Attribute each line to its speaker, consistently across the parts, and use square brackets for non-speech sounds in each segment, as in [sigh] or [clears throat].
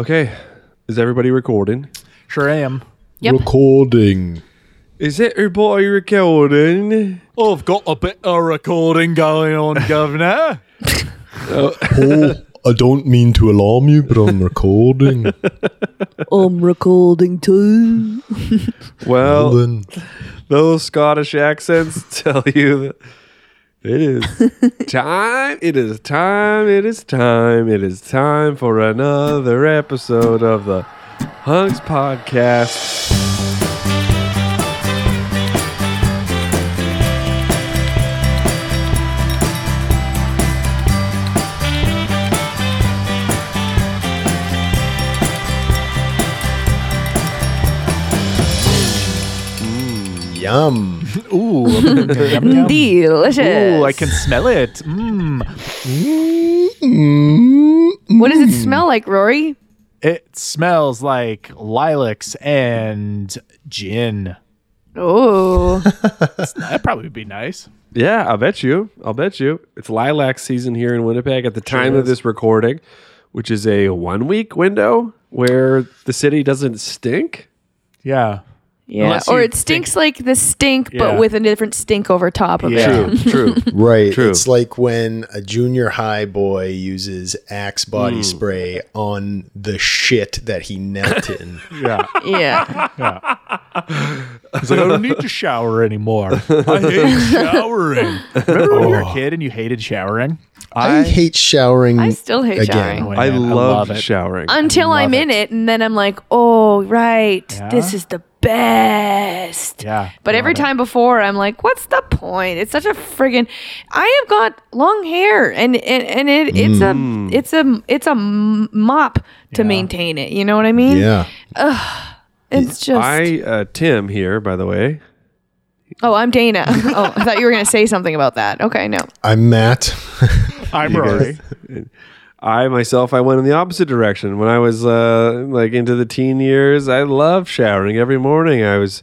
Speaker 1: Okay, is everybody recording?
Speaker 2: Sure am.
Speaker 3: Yep.
Speaker 4: Recording.
Speaker 1: Is everybody recording?
Speaker 2: I've got a bit of recording going on,
Speaker 4: [laughs]
Speaker 2: Governor.
Speaker 4: Uh, Paul, I don't mean to alarm you, but I'm
Speaker 2: [laughs]
Speaker 4: recording.
Speaker 3: I'm recording too.
Speaker 4: well,
Speaker 1: Well,
Speaker 4: then,
Speaker 1: those Scottish accents [laughs] tell you that it is time. It is time. It is time. It is time for another episode of the Hunks Podcast.
Speaker 4: yum.
Speaker 3: Mm. Delicious.
Speaker 2: Ooh, I can smell it. Mmm.
Speaker 3: What does it
Speaker 2: Mm.
Speaker 3: smell like, Rory?
Speaker 2: It smells like lilacs and gin. [laughs]
Speaker 3: Oh,
Speaker 2: That'd probably be nice.
Speaker 1: Yeah, I'll bet you. I'll bet you. It's lilac season here in Winnipeg at the time of this recording, which is a one week window where the city doesn't stink.
Speaker 2: Yeah.
Speaker 3: yeah.
Speaker 2: Unless
Speaker 3: Or
Speaker 2: you
Speaker 3: it stinks like the stink,
Speaker 2: Yeah.
Speaker 3: but with a different stink over top of
Speaker 2: Yeah.
Speaker 3: it.
Speaker 1: True, true.
Speaker 4: Right.
Speaker 1: True.
Speaker 4: It's like when a junior high boy uses Axe
Speaker 2: Hmm.
Speaker 4: body spray on the shit that
Speaker 2: [laughs]
Speaker 4: he knelt in.
Speaker 2: Yeah. [laughs]
Speaker 3: Yeah.
Speaker 2: It's like, I don't need to shower anymore. I hate [laughs] showering. Remember when you were a kid and you hated showering?
Speaker 4: I, hate showering.
Speaker 3: I still hate
Speaker 4: Again.
Speaker 3: showering.
Speaker 2: Oh,
Speaker 1: I,
Speaker 2: man,
Speaker 1: love
Speaker 2: it.
Speaker 1: showering.
Speaker 3: Until I'm in it, and then I'm like, oh, right. This
Speaker 2: Yeah.
Speaker 3: is the best.
Speaker 2: Yeah.
Speaker 3: But every
Speaker 2: Love it.
Speaker 3: time before, I'm like, "What's the point?" It's such a friggin' I have got long hair, and and, and it it's
Speaker 2: Mm.
Speaker 3: a it's a it's a mop to maintain it. You know what I mean?
Speaker 4: yeah.
Speaker 3: It's just.
Speaker 1: I uh, Tim here, by the way.
Speaker 3: oh, I'm Dana. [laughs] oh, I thought you were gonna say something about that. Okay, no.
Speaker 4: I'm Matt.
Speaker 2: I'm [laughs] Rory.
Speaker 1: I myself, I went in the opposite direction when I was uh, like into the teen years. I loved showering every morning. I was,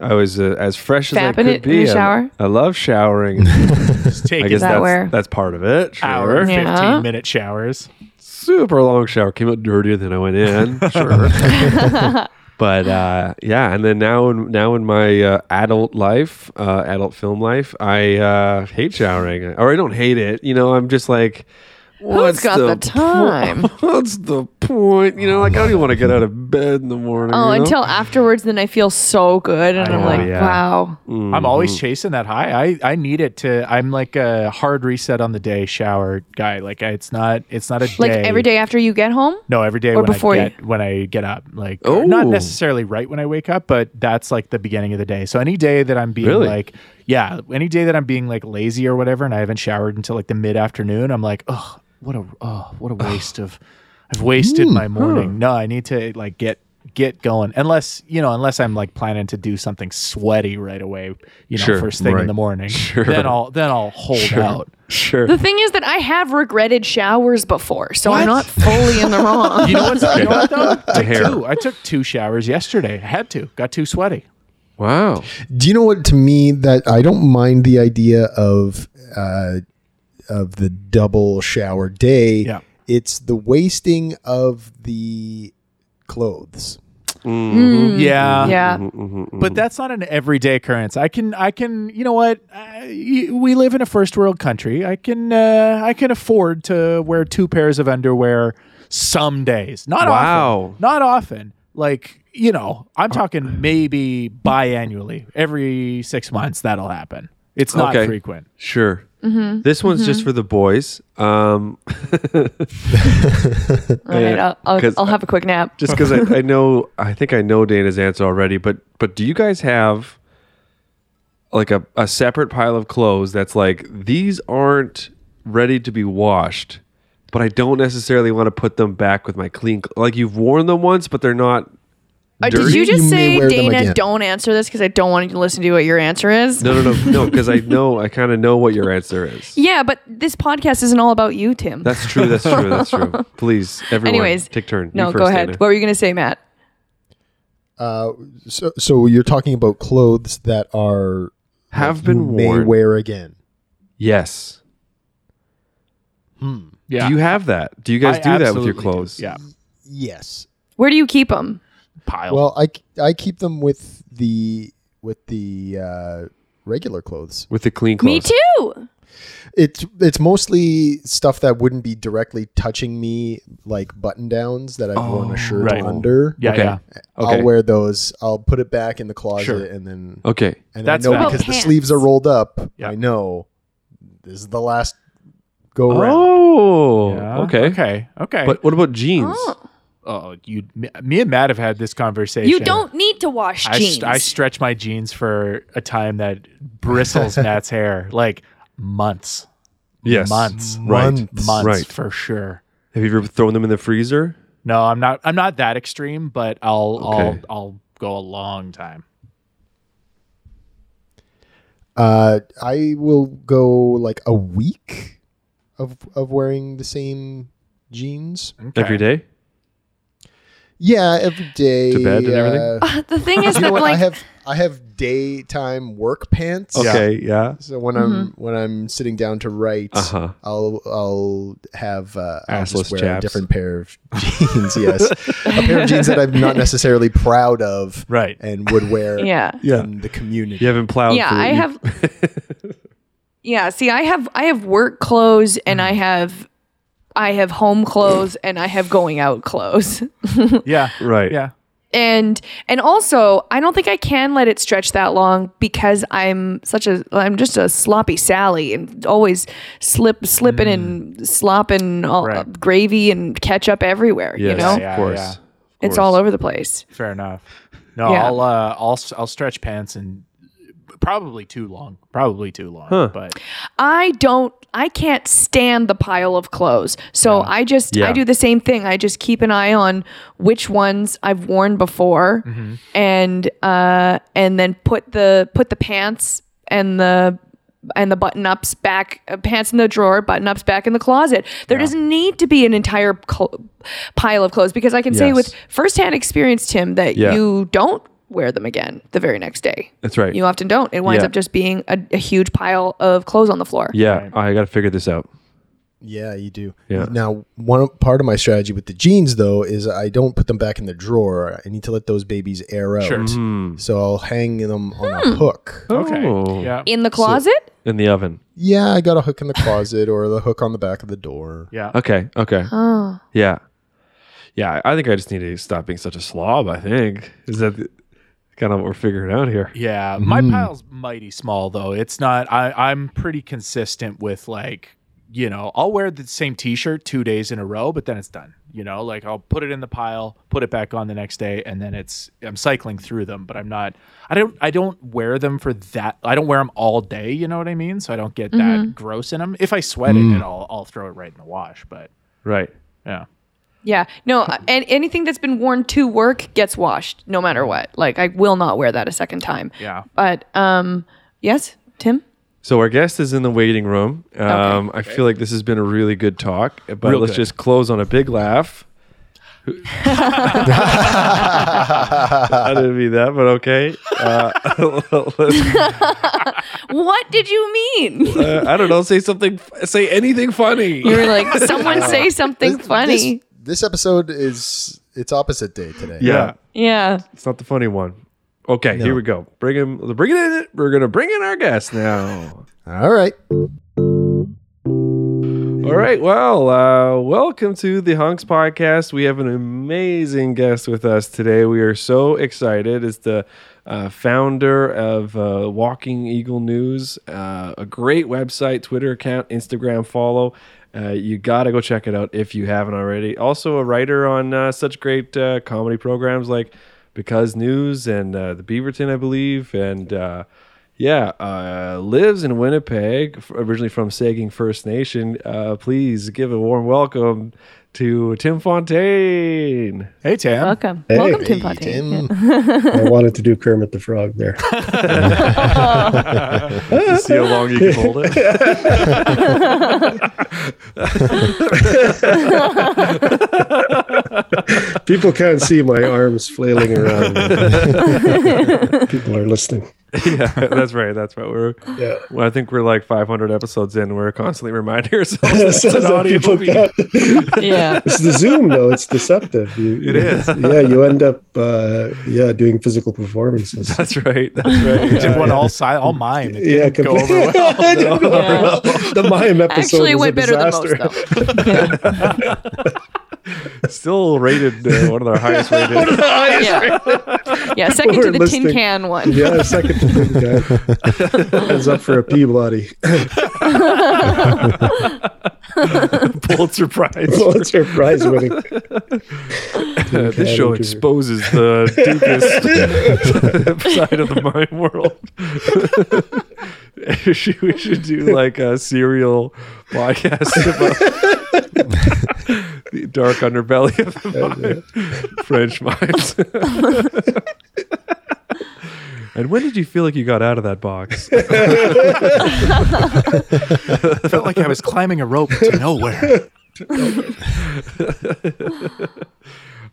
Speaker 1: I was uh, as fresh as I
Speaker 3: Fapping
Speaker 1: could
Speaker 3: it in
Speaker 1: be.
Speaker 3: the
Speaker 1: I-
Speaker 3: shower?
Speaker 1: I, love showering.
Speaker 2: Just
Speaker 1: I
Speaker 2: taking
Speaker 1: guess
Speaker 3: that
Speaker 1: that's
Speaker 3: where?
Speaker 1: that's part of it. Sure.
Speaker 2: hour,
Speaker 3: Yeah.
Speaker 2: 15 minute showers.
Speaker 1: super long shower. Came out dirtier than I went
Speaker 3: [laughs]
Speaker 1: in, sure. but uh, yeah, and then now in now in my uh, adult life, uh, adult film life, I uh, hate showering, or I don't hate it. You know, I'm just like, what's
Speaker 3: got the
Speaker 1: po-
Speaker 3: time?
Speaker 1: [laughs] what's the point? You know, like I don't even want to get out of bed in the morning.
Speaker 3: Oh,
Speaker 1: you know?
Speaker 3: until afterwards, then I feel so good, and
Speaker 2: I
Speaker 3: I'm
Speaker 2: know,
Speaker 3: like,
Speaker 1: yeah.
Speaker 3: "Wow."
Speaker 1: Mm-hmm.
Speaker 2: I'm always chasing that high. I, I need it to. I'm like a hard reset on the day shower guy. Like I- it's not it's not a
Speaker 3: Like
Speaker 2: day.
Speaker 3: every day after you get home.
Speaker 2: No, every day
Speaker 3: or
Speaker 2: when
Speaker 3: before
Speaker 2: I
Speaker 3: you-
Speaker 2: get when I get up. Like or not
Speaker 1: Oh.
Speaker 2: necessarily right when I wake up, but that's like the beginning of the day. So any day that I'm being
Speaker 1: Really?
Speaker 2: like yeah, any day that I'm being like lazy or whatever, and I haven't showered until like the mid afternoon, I'm like, oh, what a oh, what a waste of I've wasted
Speaker 1: Hmm,
Speaker 2: my morning. No, I need to like get get going unless you know unless i'm like planning to do something sweaty right away you know
Speaker 1: Sure,
Speaker 2: first thing in
Speaker 1: right. [laughs]
Speaker 2: the morning then i'll then i'll hold out
Speaker 1: sure.
Speaker 3: The thing is that I have regretted showers before, so I'm not fully in the wrong.
Speaker 2: you know what's you know what
Speaker 1: [laughs]
Speaker 2: though I
Speaker 1: hair.
Speaker 2: took, two, I took two showers yesterday i had to got too sweaty
Speaker 1: Wow.
Speaker 4: Do you know what? To me, that I don't mind the idea of uh, of the double shower day.
Speaker 2: Yeah.
Speaker 4: It's the wasting of the clothes.
Speaker 2: Yeah.
Speaker 3: yeah.
Speaker 2: But that's not an everyday occurrence. I can, I can, you know what? I, we live in a first world country. I can, uh, I can afford to wear two pairs of underwear some days. Not
Speaker 1: Wow. Uh,
Speaker 2: often. Not often. Like, you know, I'm talking maybe biannually. Every six months, that'll happen. It's not
Speaker 1: Okay.
Speaker 2: frequent.
Speaker 1: Sure.
Speaker 3: Mm-hmm.
Speaker 1: This one's just for the boys. Um,
Speaker 3: All right, I'll, I'll,
Speaker 1: 'Cause
Speaker 3: I'll have a quick nap.
Speaker 1: just
Speaker 3: [laughs]
Speaker 1: because I, I know I think I know Dana's answer already, but but do you guys have like a, a separate pile of clothes that's like these aren't ready to be washed, but I don't necessarily want to put them back with my clean. cl- Like you've worn them once, but they're not.
Speaker 3: Uh, did
Speaker 4: Dirty?
Speaker 3: you just
Speaker 4: You may
Speaker 3: say,
Speaker 4: wear them
Speaker 3: Dana,
Speaker 4: again.
Speaker 3: don't answer this because I don't want you to listen to what your answer is?
Speaker 1: No, no, no, no. Because I know I kind of know what your answer is.
Speaker 3: [laughs] Yeah, but this podcast isn't all about you, Tim.
Speaker 1: That's true. That's true. That's true. Please, everyone,
Speaker 3: Anyways,
Speaker 1: take turn. You
Speaker 3: No, go
Speaker 1: first,
Speaker 3: ahead.
Speaker 1: Dana.
Speaker 3: What were you going to say, Matt?
Speaker 4: So, so you're talking about clothes that are
Speaker 1: Have
Speaker 4: you
Speaker 1: been
Speaker 4: may
Speaker 1: worn.
Speaker 4: wear again.
Speaker 1: Yes.
Speaker 2: Yeah.
Speaker 1: Do you have that? Do you guys
Speaker 2: I
Speaker 1: do that with your
Speaker 2: absolutely do.
Speaker 1: clothes?
Speaker 2: Yeah.
Speaker 4: Yes.
Speaker 3: Where do you keep them?
Speaker 2: Pile.
Speaker 4: Well, I, I keep them with the with the uh, regular clothes.
Speaker 1: With the clean clothes.
Speaker 3: Me too.
Speaker 4: It's it's mostly stuff that wouldn't be directly touching me, like button downs that I've worn a
Speaker 1: Oh,
Speaker 4: shirt
Speaker 2: right.
Speaker 4: under.
Speaker 2: yeah,
Speaker 1: okay.
Speaker 2: yeah.
Speaker 1: Okay. Oh,
Speaker 4: I'll wear those. I'll put it back in the closet
Speaker 2: Sure.
Speaker 4: and then
Speaker 1: Okay.
Speaker 4: and
Speaker 2: That's
Speaker 4: I know
Speaker 2: valid.
Speaker 4: because
Speaker 3: Well,
Speaker 4: the sleeves are
Speaker 3: pants.
Speaker 4: rolled up.
Speaker 2: Yeah.
Speaker 4: I know this is the last go around.
Speaker 1: Oh.
Speaker 2: Yeah.
Speaker 1: Okay.
Speaker 2: Okay. Okay.
Speaker 1: But what about jeans?
Speaker 3: Oh.
Speaker 2: oh, you, me, me and Matt have had this conversation.
Speaker 3: You don't need to wash
Speaker 2: I,
Speaker 3: jeans.
Speaker 2: st- I stretch my jeans for a time that
Speaker 1: [laughs]
Speaker 2: bristles Matt's hair, like months.
Speaker 1: Yes.
Speaker 2: months,
Speaker 1: Right.
Speaker 4: Months.
Speaker 2: months
Speaker 1: Right.
Speaker 2: for sure.
Speaker 1: Have you ever thrown them in the freezer?
Speaker 2: No, I'm not. I'm not that extreme, but I'll
Speaker 1: Okay.
Speaker 2: I'll I'll go a long time.
Speaker 4: Uh, I will go like a week of of wearing the same jeans.
Speaker 2: Okay.
Speaker 1: Every day?
Speaker 4: Yeah, every day
Speaker 1: To bed and everything?
Speaker 4: uh,
Speaker 3: the thing is
Speaker 4: you know
Speaker 3: that
Speaker 4: what?
Speaker 3: [laughs]
Speaker 4: I
Speaker 3: like
Speaker 4: have I have daytime work pants.
Speaker 1: Okay. Yeah.
Speaker 4: So when I'm
Speaker 3: Mm-hmm.
Speaker 4: when I'm sitting down to write,
Speaker 1: Uh-huh.
Speaker 4: I'll I'll have uh, I'll
Speaker 1: Assless
Speaker 4: just wear
Speaker 1: chaps.
Speaker 4: a different pair of [laughs] jeans. Yes, a pair of jeans that I'm not necessarily proud of,
Speaker 2: Right.
Speaker 4: And would
Speaker 3: [laughs]
Speaker 4: wear,
Speaker 3: Yeah.
Speaker 1: Yeah.
Speaker 4: in the community.
Speaker 1: You haven't plowed.
Speaker 3: yeah
Speaker 1: through
Speaker 3: i
Speaker 1: you-
Speaker 3: have yeah see i have i have work clothes and i have i have home clothes and i have going out clothes [laughs]
Speaker 2: Yeah.
Speaker 1: [laughs] Right.
Speaker 2: Yeah.
Speaker 3: and and also i don't think i can let it stretch that long because i'm such a i'm just a sloppy sally and always slip slipping and slopping all
Speaker 2: Right.
Speaker 3: gravy and ketchup everywhere you
Speaker 1: Yes,
Speaker 3: know
Speaker 1: Of
Speaker 2: Yeah,
Speaker 1: course.
Speaker 2: yeah.
Speaker 1: Of
Speaker 3: it's
Speaker 1: course.
Speaker 3: all over the place
Speaker 2: Fair enough. No,
Speaker 3: Yeah.
Speaker 2: I'll uh, I'll s- I'll stretch pants and probably too long. Probably too long. But
Speaker 3: I don't I can't stand the pile of clothes. So I just
Speaker 1: Yeah.
Speaker 3: I do the same thing. I just keep an eye on which ones I've worn before
Speaker 1: Mm-hmm.
Speaker 3: and uh and then put the put the pants and the and the button ups back uh, pants in the drawer, button ups back in the closet. There doesn't need to be an entire cl- pile of clothes because I can say
Speaker 1: Yes.
Speaker 3: with firsthand experience Tim that
Speaker 1: Yeah.
Speaker 3: you don't wear them again the very next day.
Speaker 1: That's right.
Speaker 3: You often don't. It winds
Speaker 1: Yeah.
Speaker 3: up just being a, a huge pile of clothes on the floor.
Speaker 1: Yeah. I got to figure this out.
Speaker 4: Yeah, you do.
Speaker 1: Yeah.
Speaker 4: Now, one of- part of my strategy with the jeans though is I don't put them back in the drawer. I need to let those babies air out. Mm-hmm.
Speaker 2: Sure.
Speaker 4: So I'll hang them on
Speaker 3: Hmm.
Speaker 4: a hook.
Speaker 2: okay.
Speaker 1: Oh.
Speaker 2: Yeah.
Speaker 3: In the closet?
Speaker 1: In the oven.
Speaker 4: Yeah, I got a hook in the closet or the hook on the back of the door.
Speaker 2: Yeah.
Speaker 1: Okay. Okay.
Speaker 3: oh.
Speaker 1: Yeah. Yeah. I think I just need to stop being such a slob. I think is that kind of what we're figuring out here.
Speaker 2: Yeah, my pile's mighty small though. It's not. I I'm pretty consistent with like you know I'll wear the same T-shirt two days in a row, but then it's done. You know, like I'll put it in the pile, put it back on the next day, and then it's I'm cycling through them. But I'm not. I don't. I don't wear them for that. I don't wear them all day. You know what I mean? So I don't get that gross in them. If I sweat it, it, I'll I'll throw it right in the wash. But
Speaker 1: Right.
Speaker 2: yeah,
Speaker 3: Yeah. No, uh, and anything that's been worn to work gets washed no matter what. Like I will not wear that a second time.
Speaker 2: yeah.
Speaker 3: But um yes, Tim?
Speaker 1: So our guest is in the waiting room. Um, I feel like this has been a really good talk, but
Speaker 2: Real
Speaker 1: let's
Speaker 2: good.
Speaker 1: just close on a big laugh.
Speaker 3: [laughs]
Speaker 1: I didn't mean that, but okay. Uh, [laughs] let's-
Speaker 3: What did you mean?
Speaker 1: uh, I don't know. Say something. Say anything funny.
Speaker 3: [laughs] you were like someone say something
Speaker 4: This-
Speaker 3: funny.
Speaker 4: This, this episode is it's opposite day today.
Speaker 1: yeah.
Speaker 3: yeah.
Speaker 1: It's not the funny one. Okay, here we go. Bring him. Bring it in. We're gonna bring in our guest now.
Speaker 4: All right.
Speaker 1: All right. Well, uh, welcome to the Hunks Podcast. We have an amazing guest with us today. We are so excited. It's the uh, founder of uh, Walking Eagle News, uh, a great website, Twitter account, Instagram follow. Uh, you got to go check it out if you haven't already. Also, a writer on uh, such great uh, comedy programs like Because News and uh, The Beaverton, I believe, and. Uh, Yeah, uh, lives in Winnipeg, f- originally from Sagging First Nation. Uh, please give a warm welcome to Tim Fontaine.
Speaker 2: Hey, Tam.
Speaker 3: Welcome.
Speaker 4: Hey,
Speaker 3: Welcome, Tim
Speaker 4: hey,
Speaker 3: Fontaine. [laughs]
Speaker 4: Tim.
Speaker 5: I wanted to do Kermit the Frog there.
Speaker 1: You see how long you can hold
Speaker 5: [laughs]
Speaker 1: it. [laughs]
Speaker 5: People can't see my arms flailing
Speaker 3: [laughs]
Speaker 5: around. People are listening.
Speaker 1: yeah, that's right. That's right. We're.
Speaker 5: Yeah.
Speaker 1: Well, I think we're like 500 episodes in. We're constantly reminding ourselves it's
Speaker 5: [laughs] [laughs] So
Speaker 1: an
Speaker 5: that
Speaker 1: audio
Speaker 5: people
Speaker 1: medium.
Speaker 3: [laughs]
Speaker 4: [laughs]
Speaker 5: can't-
Speaker 3: Yeah.
Speaker 5: It's the Zoom though. It's deceptive. You, it
Speaker 1: is.
Speaker 5: Yeah, you end up uh, yeah doing physical performances.
Speaker 1: [laughs] That's right. That's
Speaker 5: [laughs]
Speaker 1: right.
Speaker 2: We did one all si- all mime. It
Speaker 5: Yeah,
Speaker 2: didn't go over
Speaker 5: completely.
Speaker 2: well.
Speaker 3: Yeah.
Speaker 5: [laughs] the mime episode
Speaker 3: Actually,
Speaker 5: was
Speaker 3: went
Speaker 5: a
Speaker 3: better than
Speaker 5: disaster.
Speaker 3: most though.
Speaker 4: [laughs]
Speaker 3: Yeah.
Speaker 1: Still rated uh, one of our highest rated.
Speaker 3: yeah. [laughs] Yeah, Second to
Speaker 5: We're
Speaker 3: the tin
Speaker 5: listening.
Speaker 3: can one.
Speaker 5: [laughs] yeah, second to third guy ends up for a Peabody.
Speaker 1: [laughs]
Speaker 5: [laughs]
Speaker 1: Pulitzer Prize.
Speaker 5: Pulitzer Prize winning.
Speaker 1: Uh, this show
Speaker 5: Cavender.
Speaker 1: exposes the deepest side of the mime world. [laughs] we should do like a serial podcast about the dark underbelly of the mime, [laughs] French mimes. and when did you feel like you got out of that box?
Speaker 2: I felt like I was climbing a rope to nowhere.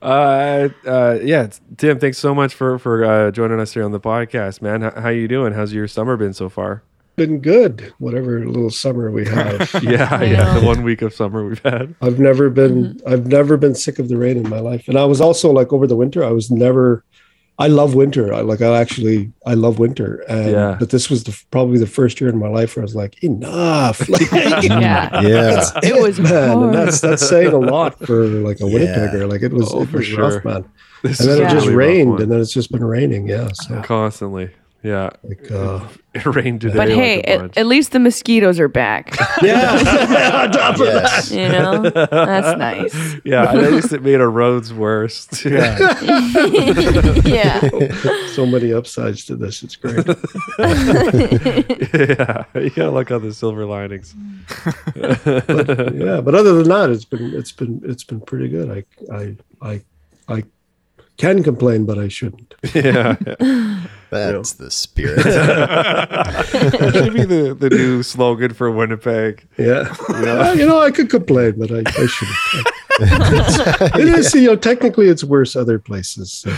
Speaker 1: Uh, uh, yeah, it's- Tim, thanks so much for for uh, joining us here on the podcast, man. How, how you doing? How's your summer been so far?
Speaker 5: Been good. Whatever little summer we have.
Speaker 1: Yeah, yeah. The one week of summer we've had.
Speaker 5: I've never been
Speaker 3: Mm-hmm.
Speaker 5: I've never been sick of the rain in my life. And I was also like over the winter, I was never I love winter. I like I actually I love winter. And
Speaker 1: Yeah.
Speaker 5: but this was the probably the first year in my life where I was like, enough. [laughs]
Speaker 3: [laughs] [laughs] [laughs]
Speaker 5: Like,
Speaker 3: Yeah.
Speaker 4: Yeah.
Speaker 3: It was
Speaker 5: man,
Speaker 3: hard.
Speaker 5: and that's that's saying a lot for like a Winnipegger. Like it was,
Speaker 1: Oh,
Speaker 5: it
Speaker 1: for
Speaker 5: was rough,
Speaker 1: sure.
Speaker 5: man.
Speaker 1: [laughs] This
Speaker 5: And then
Speaker 3: Yeah.
Speaker 5: it just
Speaker 1: really rough
Speaker 5: rained,
Speaker 1: one.
Speaker 5: and then it's just been raining. Yeah, so
Speaker 1: constantly. Yeah,
Speaker 5: like, uh,
Speaker 1: it [laughs] rained today.
Speaker 3: But
Speaker 1: like
Speaker 3: hey,
Speaker 1: a
Speaker 3: at,
Speaker 1: bunch.
Speaker 3: at least the mosquitoes are back.
Speaker 5: yeah.
Speaker 3: [laughs]
Speaker 4: Yes.
Speaker 3: You
Speaker 1: [laughs]
Speaker 3: know,
Speaker 5: [laughs]
Speaker 3: that's nice.
Speaker 1: yeah, and at least it made our roads worse.
Speaker 3: [laughs]
Speaker 1: Yeah,
Speaker 3: Yeah.
Speaker 5: so many upsides to this.
Speaker 1: [laughs]
Speaker 5: It's great.
Speaker 1: yeah, [laughs] yeah. Look on the silver linings.
Speaker 5: yeah but other than that it's been it's been it's been pretty good i i i i can complain but i shouldn't
Speaker 1: Yeah,
Speaker 4: That's the
Speaker 3: [laughs]
Speaker 4: spirit.
Speaker 1: that should be the, the new slogan for Winnipeg.
Speaker 5: [laughs] yeah, you know i could complain but i, I
Speaker 4: [laughs]
Speaker 5: shouldn't it is you know technically it's worse other places so.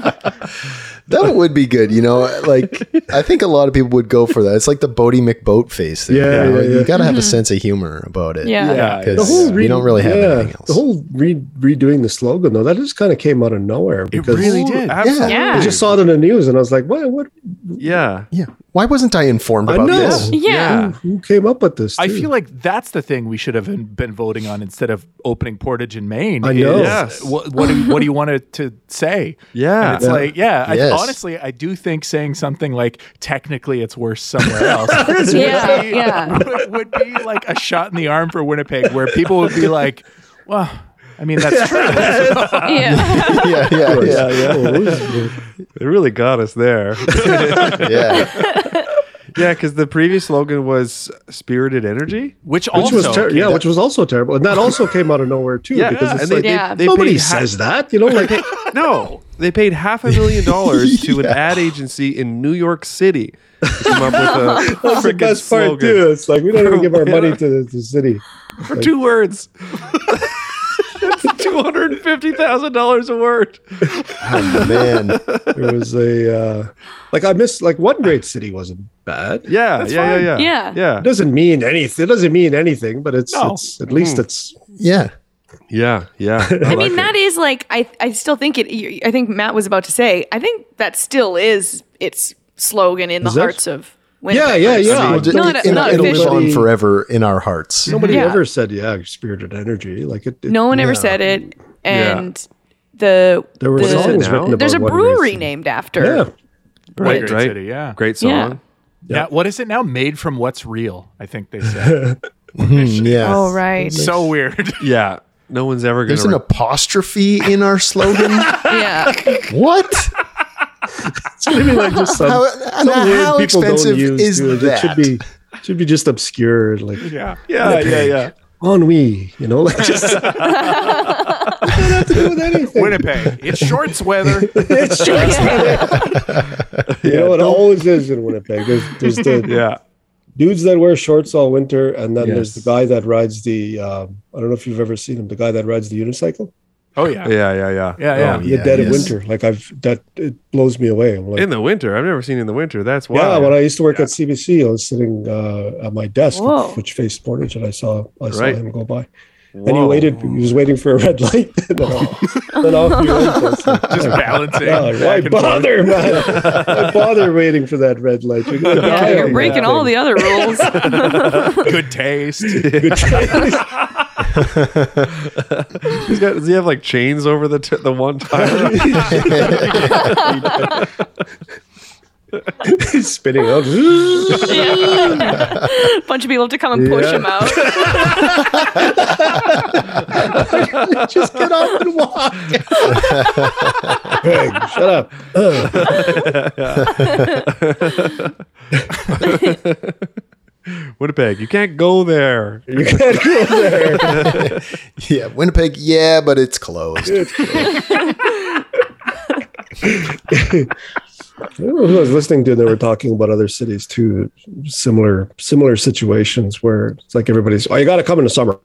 Speaker 4: that would be good, you know. Like I think a lot of people would go for that. It's like the Bodie McBoat face. thing,
Speaker 5: Yeah,
Speaker 4: you, know?
Speaker 5: yeah,
Speaker 4: You
Speaker 5: yeah.
Speaker 4: gotta have a sense of humor about it.
Speaker 3: Mm-hmm. Yeah.
Speaker 1: Yeah,
Speaker 4: because
Speaker 5: the whole
Speaker 4: we don't really have
Speaker 5: yeah,
Speaker 4: anything else.
Speaker 5: the whole re- redoing the slogan though that just kind of came out of nowhere
Speaker 2: It
Speaker 5: because
Speaker 2: really did.
Speaker 1: Absolutely.
Speaker 3: Yeah.
Speaker 5: i just saw it in the news and i was like what what
Speaker 1: Yeah.
Speaker 4: yeah. Why wasn't I informed
Speaker 5: I
Speaker 4: about
Speaker 5: know. [laughs]
Speaker 4: this?
Speaker 3: Yeah.
Speaker 5: who came up with this
Speaker 2: I
Speaker 5: too?
Speaker 2: feel like that's the thing we should have been- been voting on instead of opening Portage in Maine.
Speaker 5: I know.
Speaker 2: is,
Speaker 1: Yes.
Speaker 2: What, what, do, what do you want it to say?
Speaker 1: [laughs] Yeah.
Speaker 2: And it's like, yeah,
Speaker 4: Yes.
Speaker 2: I, honestly, I do think saying something like, technically it's worse [laughs] somewhere else would,
Speaker 3: Yeah.
Speaker 2: be,
Speaker 3: Yeah.
Speaker 2: would- would be like a shot in the arm for Winnipeg where people would be like, well, I mean, that's true.
Speaker 3: um,
Speaker 5: [laughs]
Speaker 3: Yeah.
Speaker 4: yeah, yeah, yeah,
Speaker 5: yeah
Speaker 1: It really got us there.
Speaker 3: [laughs]
Speaker 5: [laughs]
Speaker 4: yeah.
Speaker 1: yeah, because the previous slogan was spirited energy.
Speaker 2: [laughs] Which
Speaker 5: which
Speaker 2: also,
Speaker 5: was ter- yeah, which was also terrible, and that also came out of nowhere too.
Speaker 1: Yeah,
Speaker 5: because
Speaker 1: yeah,
Speaker 5: it's
Speaker 1: and they-
Speaker 5: like
Speaker 3: Yeah.
Speaker 1: they
Speaker 5: nobody
Speaker 1: paid half-
Speaker 5: says that, you
Speaker 2: [laughs]
Speaker 5: know. Like,
Speaker 1: No, they paid half a million dollars to
Speaker 5: [laughs]
Speaker 1: an ad agency in New York City. To come up with a
Speaker 5: [laughs] that's the
Speaker 1: frickin'
Speaker 5: best part
Speaker 1: slogan
Speaker 5: too. It's like we don't even give our money to the, the city.
Speaker 1: for two words. It's two hundred and fifty thousand dollars a word.
Speaker 4: Oh, man.
Speaker 5: There was a uh, like I miss like one great city wasn't bad.
Speaker 1: Yeah, yeah, yeah,
Speaker 3: Yeah.
Speaker 1: yeah, yeah,
Speaker 5: It doesn't mean anything. It doesn't mean anything, but it's,
Speaker 2: No.
Speaker 5: it's at least it's
Speaker 4: Yeah.
Speaker 1: yeah, yeah.
Speaker 5: [laughs]
Speaker 3: I mean, that is like I. I still think it. you- I think Matt was about to say. I think that still is its slogan in the
Speaker 5: it?
Speaker 3: hearts of.
Speaker 5: yeah,
Speaker 3: Winnipeg.
Speaker 5: yeah, yeah.
Speaker 4: Well,
Speaker 5: But
Speaker 4: ju-
Speaker 3: Not a-
Speaker 4: it'll-
Speaker 3: not
Speaker 4: it'll live
Speaker 3: officially.
Speaker 4: on forever in our hearts.
Speaker 5: Nobody
Speaker 3: Yeah.
Speaker 5: ever said yeah, spirited energy. Like it. it
Speaker 3: No one ever said it, and the
Speaker 5: There were
Speaker 3: the-
Speaker 5: songs
Speaker 1: now?
Speaker 5: written about
Speaker 3: there's a
Speaker 5: one
Speaker 3: brewery
Speaker 5: race.
Speaker 3: named after. [laughs]
Speaker 5: Yeah,
Speaker 2: What a
Speaker 1: Right,
Speaker 2: great
Speaker 1: right.
Speaker 2: city, yeah.
Speaker 1: Great song.
Speaker 3: Yeah.
Speaker 2: Now, what is it now? Made from what's real, I think they [laughs] said.
Speaker 4: Yeah.
Speaker 3: Oh right. [laughs]
Speaker 2: so weird. [laughs]
Speaker 1: Yeah. No one's ever gonna.
Speaker 4: There's an
Speaker 1: re-
Speaker 5: [laughs]
Speaker 4: apostrophe in our slogan.
Speaker 3: Yeah.
Speaker 4: what?
Speaker 5: It's gonna be like just some,
Speaker 4: How-
Speaker 5: some
Speaker 4: now,
Speaker 5: word
Speaker 4: how
Speaker 5: people
Speaker 4: expensive
Speaker 5: don't use.
Speaker 4: is
Speaker 5: dude. It
Speaker 4: that?
Speaker 5: should be should be just obscure, like
Speaker 2: yeah, yeah, yeah, yeah.
Speaker 5: ennui, you know, like just [laughs] it don't have to do with anything.
Speaker 2: Winnipeg. It's shorts [laughs] weather.
Speaker 5: It's just- you know, it always is in
Speaker 1: [laughs]
Speaker 5: Winnipeg. There's, there's the
Speaker 1: yeah.
Speaker 5: dudes that wear shorts all winter, and then there's
Speaker 1: Yes.
Speaker 5: the guy that rides the. Um, I don't know if you've ever seen him. The guy that rides the unicycle.
Speaker 2: Oh yeah, yeah,
Speaker 1: Yeah. Yeah. Yeah.
Speaker 2: yeah.
Speaker 4: Oh,
Speaker 5: In the dead of
Speaker 4: yes.
Speaker 5: winter, like I've that it blows me away. I'm like,
Speaker 1: Oh, In the winter, I've never seen in the winter. That's why.
Speaker 5: yeah, when I used to work at CBC, I was sitting uh, at my desk,
Speaker 3: Whoa.
Speaker 5: which faced Portage, and I saw I saw
Speaker 1: Right.
Speaker 5: him go by. And he waited. He was waiting for a red light. [laughs] and then off- then off he went.
Speaker 1: [laughs]
Speaker 5: So it's
Speaker 2: Just
Speaker 5: like,
Speaker 2: balancing.
Speaker 5: yeah,
Speaker 2: back
Speaker 5: why
Speaker 2: and forth.
Speaker 5: bother, man? Why
Speaker 1: [laughs]
Speaker 5: bother waiting for that red light? You're, gonna
Speaker 3: Yeah,
Speaker 5: die on
Speaker 3: you're
Speaker 5: that
Speaker 3: breaking all the other rules. [laughs]
Speaker 1: [laughs]
Speaker 2: Good taste.
Speaker 5: thing.
Speaker 1: He's got, does he have like chains over the t- the one tire?
Speaker 5: He's spinning out.
Speaker 3: Bunch of people have to come and push
Speaker 5: Yeah.
Speaker 3: him
Speaker 5: [laughs]
Speaker 3: out.
Speaker 5: Just get up and walk. Greg, shut up.
Speaker 1: Winnipeg, you can't go there.
Speaker 5: You can't go there.
Speaker 4: [laughs] Yeah, Winnipeg. Yeah, but it's closed.
Speaker 5: I don't know who I was listening to. and They were talking about other cities too, similar similar situations where it's like everybody's, oh, you got to come in the summer.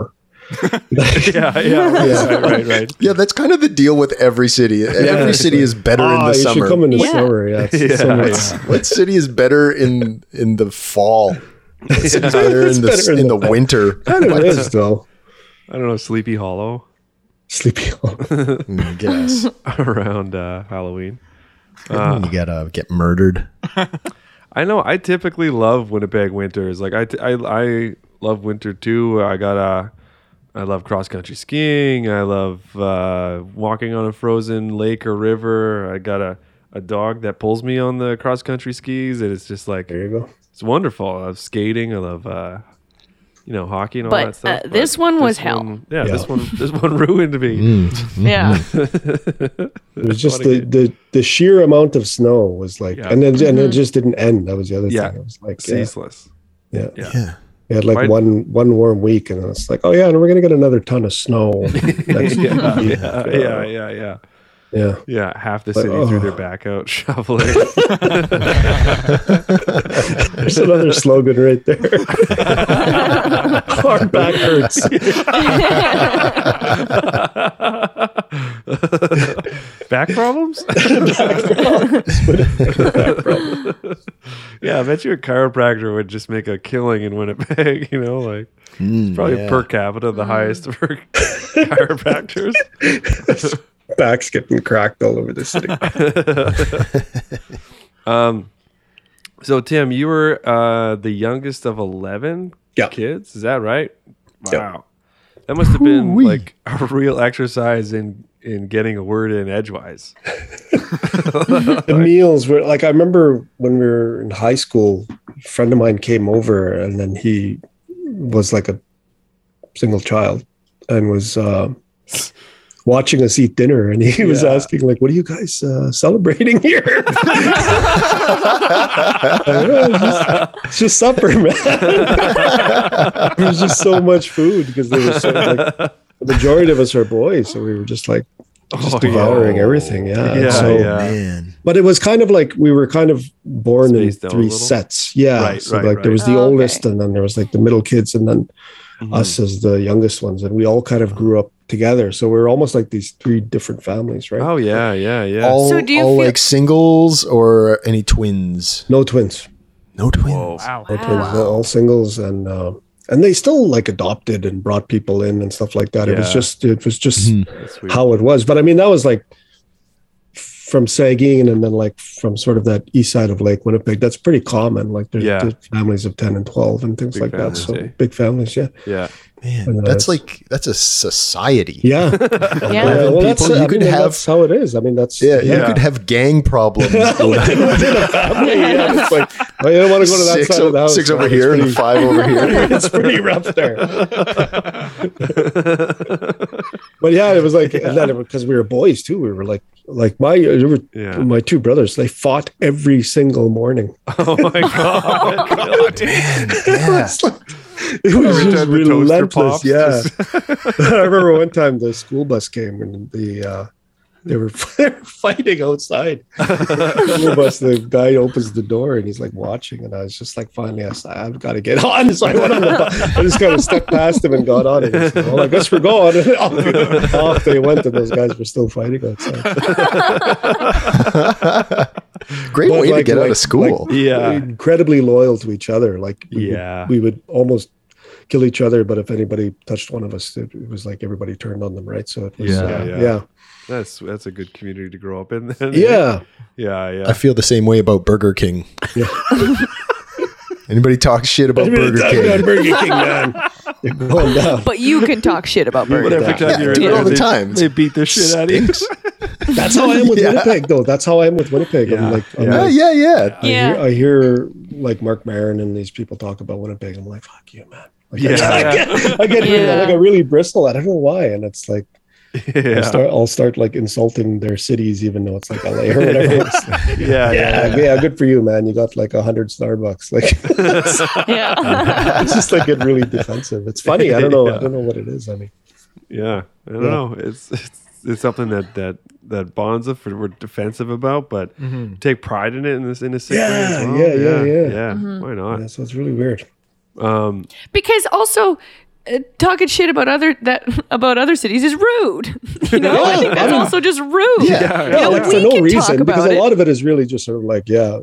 Speaker 1: Yeah, yeah, [laughs] right, right, right.
Speaker 4: Yeah, that's kind of the deal with every city. Every city is better in
Speaker 5: Ah,
Speaker 4: the
Speaker 5: you
Speaker 4: summer.
Speaker 5: should come in the
Speaker 3: Yeah.
Speaker 5: summer. Yeah, it's the
Speaker 1: Yeah,
Speaker 5: summer.
Speaker 1: yeah.
Speaker 5: It's-
Speaker 4: what city is better in in the
Speaker 5: [laughs]
Speaker 4: fall? What city's better
Speaker 5: It's
Speaker 4: in the
Speaker 5: better in
Speaker 4: in the
Speaker 5: the fall. [laughs]
Speaker 4: winter. [laughs]
Speaker 5: kind of is though.
Speaker 1: I don't know, Sleepy Hollow [laughs]
Speaker 5: Sleepy Hollow.
Speaker 4: I guess
Speaker 1: around uh, Halloween.
Speaker 4: you gotta get
Speaker 5: [laughs]
Speaker 4: murdered.
Speaker 1: I know. I typically love Winnipeg winters. Like I, t- I, I love winter too. I got uh, I love cross country skiing. I love uh, walking on a frozen lake or river. I got a a dog that pulls me on the cross country skis, and it's just like
Speaker 5: [laughs] There you go.
Speaker 1: it's wonderful. I love skating. I love uh, you know hockey and all
Speaker 3: But,
Speaker 1: that stuff.
Speaker 3: uh, this one was hell.
Speaker 1: one- yeah, this one this one [laughs] ruined me.
Speaker 5: Mm. [laughs]
Speaker 3: Yeah. [laughs]
Speaker 5: It was just the, the the sheer amount of snow was like,
Speaker 1: Yeah.
Speaker 5: and then and it just didn't end. That was the other
Speaker 1: Yeah.
Speaker 5: thing. It was like, yeah,
Speaker 1: Ceaseless.
Speaker 5: yeah.
Speaker 1: Yeah.
Speaker 4: Yeah.
Speaker 5: We had like
Speaker 1: Why-
Speaker 5: one one warm week, and then it's like, oh yeah, and we're gonna get another ton of snow. Next
Speaker 1: Yeah,
Speaker 5: week.
Speaker 1: yeah, Uh, yeah, yeah, yeah.
Speaker 5: yeah.
Speaker 1: Yeah, half the city threw their
Speaker 5: oh.
Speaker 1: back out [laughs] shoveling.
Speaker 5: [laughs] There's another slogan right there. [laughs] Our back hurts.
Speaker 1: back
Speaker 5: [laughs]
Speaker 1: problems? yeah, I bet you a chiropractor would just make a killing in Winnipeg, [laughs] you know, like it's probably
Speaker 4: yeah.
Speaker 1: per capita
Speaker 5: Mm.
Speaker 1: the highest for
Speaker 5: [laughs]
Speaker 1: chiropractors.
Speaker 5: Back's getting cracked all over the city.
Speaker 1: So Tim, you were uh, the youngest of eleven
Speaker 5: Yeah.
Speaker 1: kids, is that right?
Speaker 5: Yeah.
Speaker 1: Wow. That must have been like a real exercise in in getting a word in edgewise.
Speaker 5: The meals were like I remember when we were in high school, a friend of mine came over and then he was like a single child and was uh, watching us eat dinner and he was
Speaker 1: Yeah.
Speaker 5: asking like what are you guys uh, celebrating here [laughs] I don't know, it's just, it's just supper man [laughs] there was just so much food because there was so, like, the majority of us are boys so we were just like just
Speaker 1: Oh, yeah.
Speaker 5: devouring everything yeah,
Speaker 1: Yeah,
Speaker 5: so,
Speaker 1: yeah.
Speaker 4: Man,
Speaker 5: but it was kind of like we were kind of born
Speaker 1: Spaced
Speaker 5: in
Speaker 1: out a
Speaker 5: three
Speaker 1: little.
Speaker 5: sets yeah
Speaker 1: Right,
Speaker 5: so
Speaker 1: right,
Speaker 5: like there
Speaker 1: right.
Speaker 5: was the
Speaker 3: Oh, okay.
Speaker 5: oldest and then there was like the middle kids and then
Speaker 1: Mm-hmm.
Speaker 5: us as the youngest ones and we all kind of grew up together so we were almost like these three different families right
Speaker 1: Oh yeah, yeah, yeah.
Speaker 4: all,
Speaker 3: So do you
Speaker 4: all
Speaker 3: feel-
Speaker 4: like singles or any twins?
Speaker 5: no twins
Speaker 4: No twins.
Speaker 2: Wow.
Speaker 5: no twins
Speaker 3: Wow.
Speaker 5: no- all singles and uh, and they still like adopted and brought people in and stuff like that it was
Speaker 1: Yeah. Mm-hmm.
Speaker 5: just it was just
Speaker 1: That's weird.
Speaker 5: how it was but i mean that was like from Saugeen and then like from sort of that east side of Lake Winnipeg, that's pretty common. Like there's,
Speaker 1: Yeah.
Speaker 5: there's families of ten and twelve and things
Speaker 1: Big
Speaker 5: like that.
Speaker 1: families,
Speaker 5: So
Speaker 1: eh?
Speaker 5: big families, yeah,
Speaker 1: yeah. [laughs]
Speaker 4: Man,
Speaker 5: know,
Speaker 4: that's
Speaker 5: it's-
Speaker 4: like that's a society.
Speaker 5: yeah.
Speaker 3: yeah.
Speaker 4: Eleven
Speaker 5: that's-
Speaker 4: people, you could
Speaker 5: and
Speaker 4: have-
Speaker 5: that's how it is. I mean, that's
Speaker 4: Yeah,
Speaker 1: Yeah.
Speaker 4: you could have gang
Speaker 5: [laughs]
Speaker 4: problems.
Speaker 5: yeah, it's like,
Speaker 6: [laughs]
Speaker 5: oh, you don't want to go to that
Speaker 4: six,
Speaker 5: side of the
Speaker 4: o-
Speaker 5: house.
Speaker 4: six
Speaker 5: man.
Speaker 4: over
Speaker 5: It's
Speaker 4: here and [laughs]
Speaker 5: pretty- [laughs]
Speaker 4: five over here.
Speaker 5: it's pretty rough there. But yeah, it was like and then because we were boys too. We were like like my there were-
Speaker 1: Yeah.
Speaker 5: my two brothers. They fought every single morning.
Speaker 1: Oh my god!
Speaker 5: It was [laughs] like- it was
Speaker 1: Every
Speaker 5: just
Speaker 1: time the toaster
Speaker 5: relentless.
Speaker 1: pops,
Speaker 5: Yeah, [laughs] I remember one time the school bus came and the uh, they were [laughs] they were fighting outside. the school bus. The guy opens the door and he's like watching, and I was just like, finally, I said, I've got to get on. [laughs] So I went on the bus. I just kind of stepped past him and got on it. And said, well, I guess we're going. And off, [laughs] off they went, and those guys were still fighting outside.
Speaker 6: Great
Speaker 5: But
Speaker 6: way to
Speaker 5: like-
Speaker 6: get out
Speaker 5: like-
Speaker 6: of school.
Speaker 5: like,
Speaker 1: Yeah.
Speaker 5: incredibly loyal to each other. Like, we
Speaker 1: Yeah.
Speaker 5: would, we would almost kill each other, but if anybody touched one of us, it, it was like everybody turned on them, right? So it was,
Speaker 6: Yeah.
Speaker 5: uh,
Speaker 1: Yeah.
Speaker 5: yeah, yeah,
Speaker 1: That's that's a good community to grow up in. Then. eh?
Speaker 5: yeah.
Speaker 1: yeah,
Speaker 6: I
Speaker 1: yeah.
Speaker 6: feel the same way about Burger King.
Speaker 5: Yeah.
Speaker 6: [laughs] Anybody talk shit about
Speaker 5: Everybody
Speaker 6: Burger
Speaker 5: talked about
Speaker 6: King?
Speaker 5: Burger King, man. They're going down.
Speaker 3: But you can talk shit about
Speaker 1: [laughs]
Speaker 3: Burger
Speaker 1: Every
Speaker 3: King.
Speaker 1: time
Speaker 6: Yeah,
Speaker 1: you're
Speaker 6: do
Speaker 1: in
Speaker 6: it
Speaker 1: there,
Speaker 6: all the
Speaker 1: they-
Speaker 6: time.
Speaker 1: They beat the shit out of
Speaker 5: [laughs]
Speaker 1: you.
Speaker 6: Stinks.
Speaker 5: That's how I am with
Speaker 6: [laughs] Yeah.
Speaker 5: Winnipeg, though. That's how I am with Winnipeg.
Speaker 1: Yeah.
Speaker 5: I'm like,
Speaker 6: [laughs]
Speaker 5: I'm
Speaker 6: Yeah,
Speaker 5: like
Speaker 6: yeah, yeah.
Speaker 3: Yeah.
Speaker 5: I, hear, I hear like Mark Maron and these people talk about Winnipeg. I'm like, fuck you, man. Like,
Speaker 1: Yeah.
Speaker 5: [laughs] I, I get, I get really-
Speaker 3: Yeah.
Speaker 5: like I really bristle. I don't know why, and it's like I'll,
Speaker 1: Yeah,
Speaker 5: start, I'll start like insulting their cities, even though it's like LA or whatever.
Speaker 1: [laughs]
Speaker 5: It's like,
Speaker 1: yeah, yeah.
Speaker 5: like, yeah, good for you, man. You got like a hundred Starbucks. Like [laughs]
Speaker 3: Yeah.
Speaker 5: it's just like get really defensive. It's funny. I don't know.
Speaker 1: Yeah.
Speaker 5: I don't know what it is. I mean,
Speaker 1: Yeah, I don't
Speaker 5: Yeah.
Speaker 1: know. It's, it's it's something that that that bonds us. We're defensive about, but take pride in it in this in a sick way as
Speaker 5: Mm-hmm. Yeah,
Speaker 1: well.
Speaker 5: yeah, yeah,
Speaker 1: yeah.
Speaker 5: yeah.
Speaker 1: Why not?
Speaker 5: yeah, so it's really weird.
Speaker 1: Um,
Speaker 3: because also uh, talking shit about other that [laughs] about other cities is rude. [laughs] You know, I think that's also just rude.
Speaker 6: Yeah.
Speaker 3: You know,
Speaker 5: like
Speaker 3: we
Speaker 5: for no
Speaker 3: can talk
Speaker 5: reason,
Speaker 3: about
Speaker 5: because a
Speaker 3: it.
Speaker 5: lot of it is really just sort of like, yeah.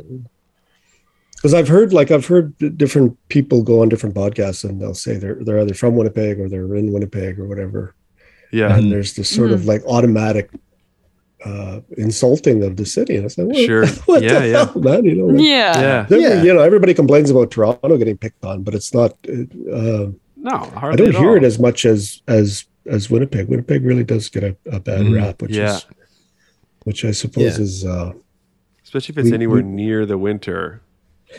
Speaker 5: Because I've heard, like, I've heard d- different people go on different podcasts, and they'll say they're they're either from Winnipeg or they're in Winnipeg or whatever.
Speaker 1: yeah,
Speaker 5: And there's this sort of
Speaker 3: Mm-hmm.
Speaker 5: like automatic uh insulting of the city. And I said, well,
Speaker 1: Sure.
Speaker 5: [laughs] what
Speaker 1: Yeah,
Speaker 5: the
Speaker 1: yeah.
Speaker 5: hell, man? You know, like,
Speaker 3: yeah.
Speaker 1: yeah.
Speaker 5: Every-
Speaker 6: Yeah.
Speaker 5: You know, everybody complains about Toronto getting picked on, but it's not. uh, Uh,
Speaker 1: No,
Speaker 5: I
Speaker 1: hardly
Speaker 5: don't
Speaker 1: at
Speaker 5: hear
Speaker 1: all.
Speaker 5: it as much as as as Winnipeg. Winnipeg really does get a, a bad rap, which
Speaker 1: Mm, Yeah.
Speaker 5: is, which I suppose
Speaker 6: Yeah.
Speaker 5: is. Uh,
Speaker 1: especially if it's
Speaker 5: we-
Speaker 1: anywhere near the winter.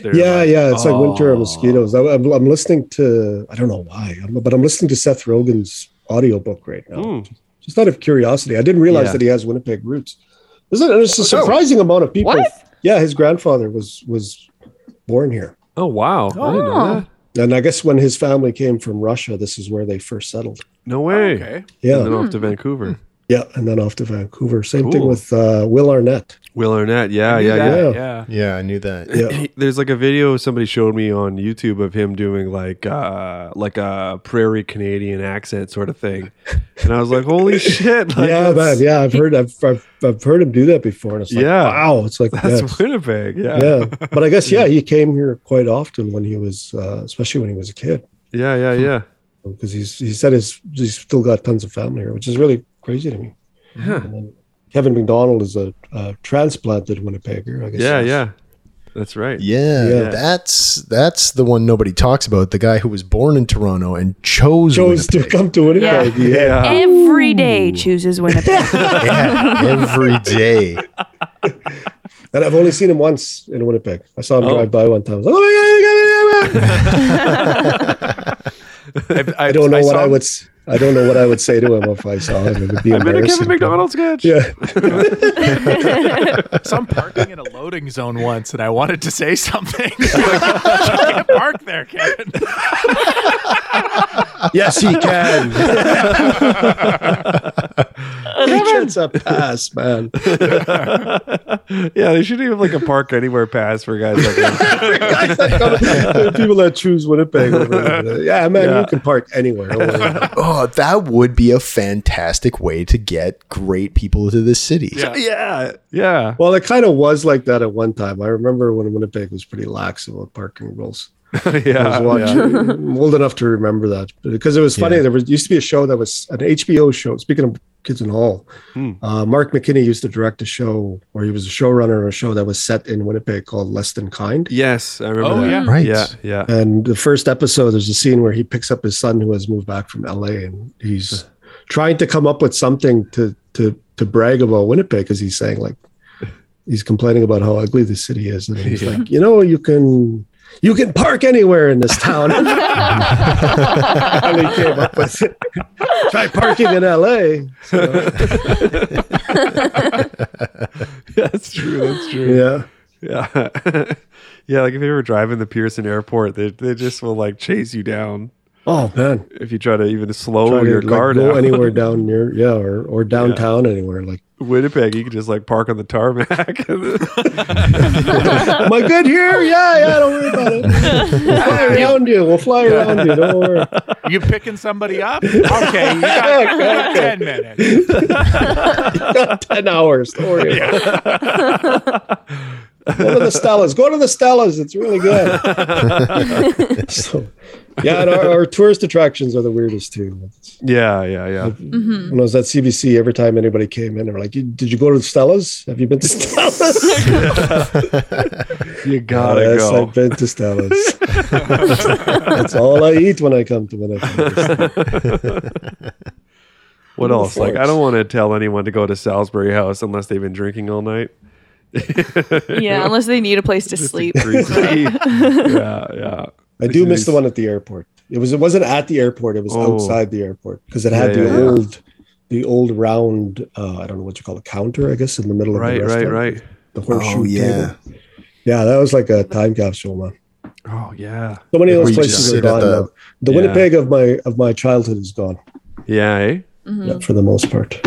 Speaker 1: They're
Speaker 5: yeah,
Speaker 1: like,
Speaker 5: yeah, it's like winter and mosquitoes. I, I'm, I'm listening to I don't know why, I'm, but I'm listening to Seth Rogen's audiobook right now,
Speaker 1: Hmm.
Speaker 5: just out of curiosity. I didn't realize
Speaker 1: Yeah. Oh.
Speaker 5: that he has Winnipeg roots. There's a, there's a surprising amount of people.
Speaker 3: What?
Speaker 5: Yeah, his grandfather was was born here.
Speaker 1: Oh wow! I didn't know
Speaker 3: Oh.
Speaker 1: that.
Speaker 5: And I guess when his family came from Russia, this is where they first settled.
Speaker 1: No way.
Speaker 2: Okay.
Speaker 5: Yeah,
Speaker 1: And then off to Vancouver.
Speaker 5: yeah, and then off to Vancouver. Same thing
Speaker 1: Cool.
Speaker 5: with uh, Will Arnett.
Speaker 1: Will Arnett. Yeah, yeah, yeah.
Speaker 5: Yeah.
Speaker 2: yeah.
Speaker 6: Yeah, I knew that.
Speaker 5: Yeah.
Speaker 1: He- [laughs] there's like a video somebody showed me on YouTube of him doing like uh like a prairie Canadian accent sort of thing, and I was like, holy
Speaker 5: [laughs]
Speaker 1: shit! Like,
Speaker 5: yeah, man.
Speaker 1: Uh, that's,
Speaker 5: Yeah, I've heard, I've, I've, I've heard him do that before, and it's like,
Speaker 1: Yeah.
Speaker 5: wow, it's like,
Speaker 1: that's
Speaker 5: yeah,
Speaker 1: Winnipeg. Yeah, yeah,
Speaker 5: yeah.
Speaker 1: [laughs]
Speaker 5: But I guess, yeah, he came here quite often when he was, uh, especially when he was a kid,
Speaker 1: yeah,
Speaker 5: [laughs]
Speaker 1: yeah.
Speaker 5: because he's he said his he's still got tons of family here, which is really crazy to me.
Speaker 1: Yeah.
Speaker 5: And then Kevin McDonald is a uh, transplanted Winnipegger. I guess.
Speaker 1: Yeah, yeah. That's right.
Speaker 6: Yeah,
Speaker 5: Yeah.
Speaker 6: that's that's the one nobody talks about. The guy who was born in Toronto and chose,
Speaker 5: Chose to
Speaker 6: Winnipeg.
Speaker 5: come to Winnipeg.
Speaker 1: Yeah.
Speaker 3: Every day
Speaker 5: Mm.
Speaker 3: chooses Winnipeg.
Speaker 6: Yeah, every day.
Speaker 5: [laughs] And I've only seen him once in Winnipeg. I saw him
Speaker 1: Oh.
Speaker 5: drive by one time. I was like, oh my god, oh my God, oh my God.
Speaker 2: I've,
Speaker 5: I don't know what
Speaker 2: saw
Speaker 5: I would. s- I don't know what I would say to him if I saw him. It would be
Speaker 1: I'm in a
Speaker 5: embarrassing.
Speaker 1: Kevin McDonald sketch.
Speaker 5: Yeah,
Speaker 2: some parking in a loading zone once, and I wanted to say something. [laughs] Like, I can't park there, Kevin.
Speaker 5: yes, he can. he gets a pass, [laughs] man.
Speaker 1: [laughs] yeah. They should have like a park anywhere pass for guys like
Speaker 5: [laughs]
Speaker 1: that.
Speaker 5: Guys that come- People that choose Winnipeg. [laughs] Over, yeah, man, you can park anywhere. Don't worry about it.
Speaker 6: [laughs] Oh, that would be a fantastic way to get great people to the city.
Speaker 1: yeah,
Speaker 5: [laughs]
Speaker 1: yeah.
Speaker 5: Well, it kind of was like that at one time. I remember when Winnipeg was pretty lax about parking rules. I
Speaker 1: [laughs] yeah,
Speaker 5: was watching, I'm old enough to remember that because it was funny. There was used to be a show that was an HBO show. Speaking of Kids in Hall, uh, Mark McKinney used to direct a show, or he was a showrunner on a show that was set in Winnipeg called Less Than Kind.
Speaker 1: Yes, I remember.
Speaker 2: Oh,
Speaker 1: that.
Speaker 2: yeah.
Speaker 6: Right.
Speaker 1: Yeah, yeah. [laughs]
Speaker 5: And the first episode, there's a scene where he picks up his son who has moved back from LA, and he's trying to come up with something to to to brag about Winnipeg because he's saying like he's complaining about how ugly the city is, and he's like, you know, you can you can park anywhere in this town. and he came up with it. [laughs] Try parking in LA. So,
Speaker 1: that's true. That's true.
Speaker 5: yeah.
Speaker 1: Yeah. [laughs] yeah. Like if you were driving the Pearson airport, they, they just will like chase you down
Speaker 5: Oh man.
Speaker 1: if you try to even slow
Speaker 5: Try to,
Speaker 1: your
Speaker 5: like,
Speaker 1: car
Speaker 5: go
Speaker 1: down.
Speaker 5: anywhere down near yeah, or, or downtown anywhere. Like,
Speaker 1: [laughs] Winnipeg, you can just like park on the tarmac. [laughs]
Speaker 5: am I good here? Yeah, yeah, don't worry about it. We'll fly around you. We'll fly around you. Don't worry.
Speaker 2: You picking somebody up? Okay, you got, you
Speaker 5: [laughs]
Speaker 2: got [laughs] ten minutes.
Speaker 5: Ten hours. Don't worry. go to the Stellas. Go to the Stellas. It's really good. so, yeah, and our, our tourist attractions are the weirdest too.
Speaker 1: yeah, yeah, yeah.
Speaker 5: When I was at CBC, every time anybody came in, they were like, "Did you go to the Stellas? Have you been to Stellas?"
Speaker 1: You gotta
Speaker 5: yes,
Speaker 1: go.
Speaker 5: I've been to Stella's. That's all I eat when I come to when I come to
Speaker 1: What else? Like, I
Speaker 5: forks.
Speaker 1: don't want to tell anyone to go to Salisbury House unless they've been drinking all night.
Speaker 5: [laughs]
Speaker 3: [laughs] Yeah, unless they need a place to sleep.
Speaker 1: yeah, yeah.
Speaker 5: I do miss the one at the airport. It was it wasn't at the airport. It was
Speaker 1: Oh.
Speaker 5: outside the airport because it had
Speaker 1: Yeah,
Speaker 5: the
Speaker 1: yeah, yeah.
Speaker 5: old, the old round. Uh, I don't know what you call it, counter. I guess in the middle of
Speaker 1: Right,
Speaker 5: the
Speaker 1: right,
Speaker 5: restaurant,
Speaker 1: right.
Speaker 5: The horseshoe
Speaker 6: Oh, yeah.
Speaker 5: table. Yeah, that was like a time capsule, man.
Speaker 1: Oh yeah,
Speaker 5: So many of
Speaker 6: Where
Speaker 5: those
Speaker 6: you
Speaker 5: places
Speaker 6: just
Speaker 5: are
Speaker 6: sit at
Speaker 5: gone.
Speaker 6: the-
Speaker 5: now. The
Speaker 1: Yeah.
Speaker 5: Winnipeg of my of my childhood is gone
Speaker 1: yeah, eh?
Speaker 3: Mm-hmm. Mm.
Speaker 5: yeah, for the most part.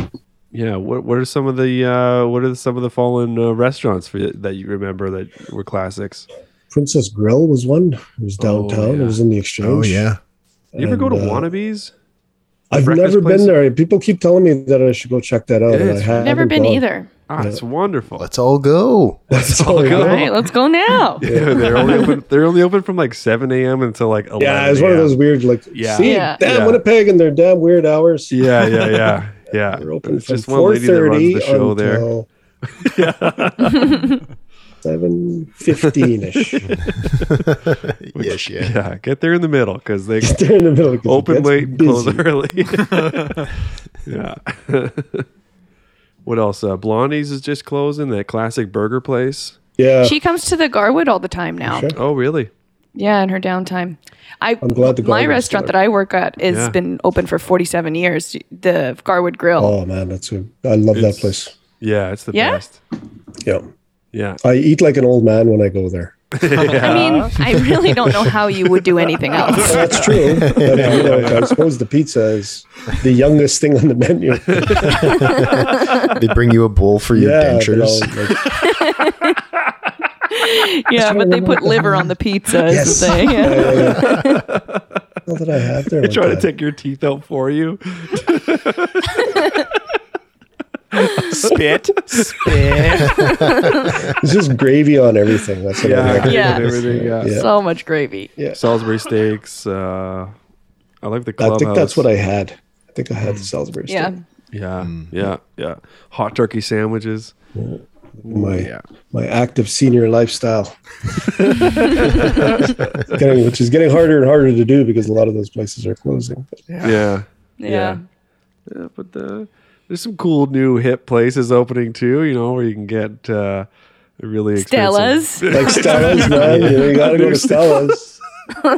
Speaker 1: yeah. What What are some of the uh, What are some of the fallen uh, restaurants for, you- that you remember that were classics?
Speaker 5: Princess Grill was one. It was
Speaker 1: Oh,
Speaker 5: downtown.
Speaker 1: yeah.
Speaker 5: It was in the exchange.
Speaker 6: Oh yeah.
Speaker 1: You ever go to
Speaker 5: And, uh,
Speaker 1: Wannabes?
Speaker 5: I've
Speaker 1: breakfast
Speaker 5: never
Speaker 1: place?
Speaker 5: been there. People keep telling me that I should go check that out.
Speaker 1: Yeah,
Speaker 5: and I
Speaker 1: it's-
Speaker 5: haven't
Speaker 3: Never been
Speaker 5: gone.
Speaker 3: either.
Speaker 1: Ah, it's wonderful.
Speaker 6: Let's all go.
Speaker 5: [laughs] That's all I
Speaker 1: go.
Speaker 3: All
Speaker 5: got.
Speaker 3: right, let's go
Speaker 5: [laughs]
Speaker 3: now.
Speaker 1: [laughs] yeah, they're only open, they're only open from like seven a.m. until like eleven.
Speaker 5: Yeah, it was one of
Speaker 1: a.m..
Speaker 5: those weird, like,
Speaker 1: Yeah.
Speaker 5: see,
Speaker 3: Yeah.
Speaker 5: damn
Speaker 1: Yeah.
Speaker 5: Winnipeg and their damn weird hours.
Speaker 1: Yeah, yeah,
Speaker 5: [laughs]
Speaker 1: yeah, yeah.
Speaker 5: They're open
Speaker 1: There's
Speaker 5: from
Speaker 1: just one
Speaker 5: four
Speaker 1: lady that runs
Speaker 5: thirty
Speaker 1: the show there.
Speaker 5: until
Speaker 3: [laughs]
Speaker 5: seven fifteen ish.
Speaker 6: yes, yeah.
Speaker 1: [laughs] Yeah, get there in the middle because they
Speaker 5: They're in the middle. 'cause [laughs] it
Speaker 1: open
Speaker 5: gets
Speaker 1: late and close
Speaker 5: busy.
Speaker 1: [laughs] early.
Speaker 3: [laughs]
Speaker 1: [laughs] yeah. [laughs] what else? Uh, Blondie's is just closing. That classic burger place.
Speaker 5: Yeah,
Speaker 3: She comes to the Garwood all the time now.
Speaker 5: Sure.
Speaker 1: Oh, really?
Speaker 3: Yeah, in her downtime. I, am
Speaker 5: glad the
Speaker 3: my
Speaker 5: Garwood's
Speaker 3: restaurant
Speaker 5: still
Speaker 3: that I work at has
Speaker 1: Yeah.
Speaker 3: been open for 47 years, the Garwood Grill.
Speaker 5: Oh man, that's good. I love
Speaker 1: It's-
Speaker 5: that place.
Speaker 1: Yeah, it's the
Speaker 3: Yeah?
Speaker 1: best.
Speaker 5: Yeah,
Speaker 1: Yeah.
Speaker 5: I eat like an old man when I
Speaker 3: [laughs]
Speaker 5: go there.
Speaker 3: I mean, I really don't know how you would do anything else.
Speaker 5: That's true. But, you know,
Speaker 1: [laughs]
Speaker 5: I suppose the pizza is the youngest thing on the menu.
Speaker 6: They bring you a bowl for your
Speaker 5: yeah, but
Speaker 6: dentures.
Speaker 5: I'll, like,
Speaker 3: yeah, but they put liver on the pizza. Is the thing. Yeah.
Speaker 5: what did I
Speaker 1: [laughs]
Speaker 5: have there?
Speaker 1: Trying
Speaker 5: one
Speaker 1: to
Speaker 5: time?
Speaker 1: take your teeth out for you.
Speaker 2: Spit, spit.
Speaker 5: It's just gravy on everything. That's what
Speaker 1: [laughs]
Speaker 5: I like.
Speaker 3: Yeah.
Speaker 1: and everything. Yeah.
Speaker 5: Yeah.
Speaker 3: So much gravy.
Speaker 1: Salisbury steaks. Uh, I like the
Speaker 5: I
Speaker 1: clubhouse. Hmm.
Speaker 5: think that's what I had. I think I had the Salisbury steak.
Speaker 3: Yeah.
Speaker 1: Yeah,
Speaker 3: Mm.
Speaker 1: yeah, yeah. Hot turkey sandwiches.
Speaker 5: my
Speaker 1: Yeah.
Speaker 5: my active
Speaker 1: [laughs]
Speaker 5: senior lifestyle. It's getting, which is getting harder and harder to do because a lot of those places are closing.
Speaker 1: Yeah. Yeah.
Speaker 3: Yeah.
Speaker 1: Yeah, [laughs] but uh, there's some cool new hip places opening too. You know where you can get uh, really expensive.
Speaker 3: Stella's.
Speaker 5: Like
Speaker 1: [laughs]
Speaker 5: Stella's, man, you, know, you gotta go to Stella's. There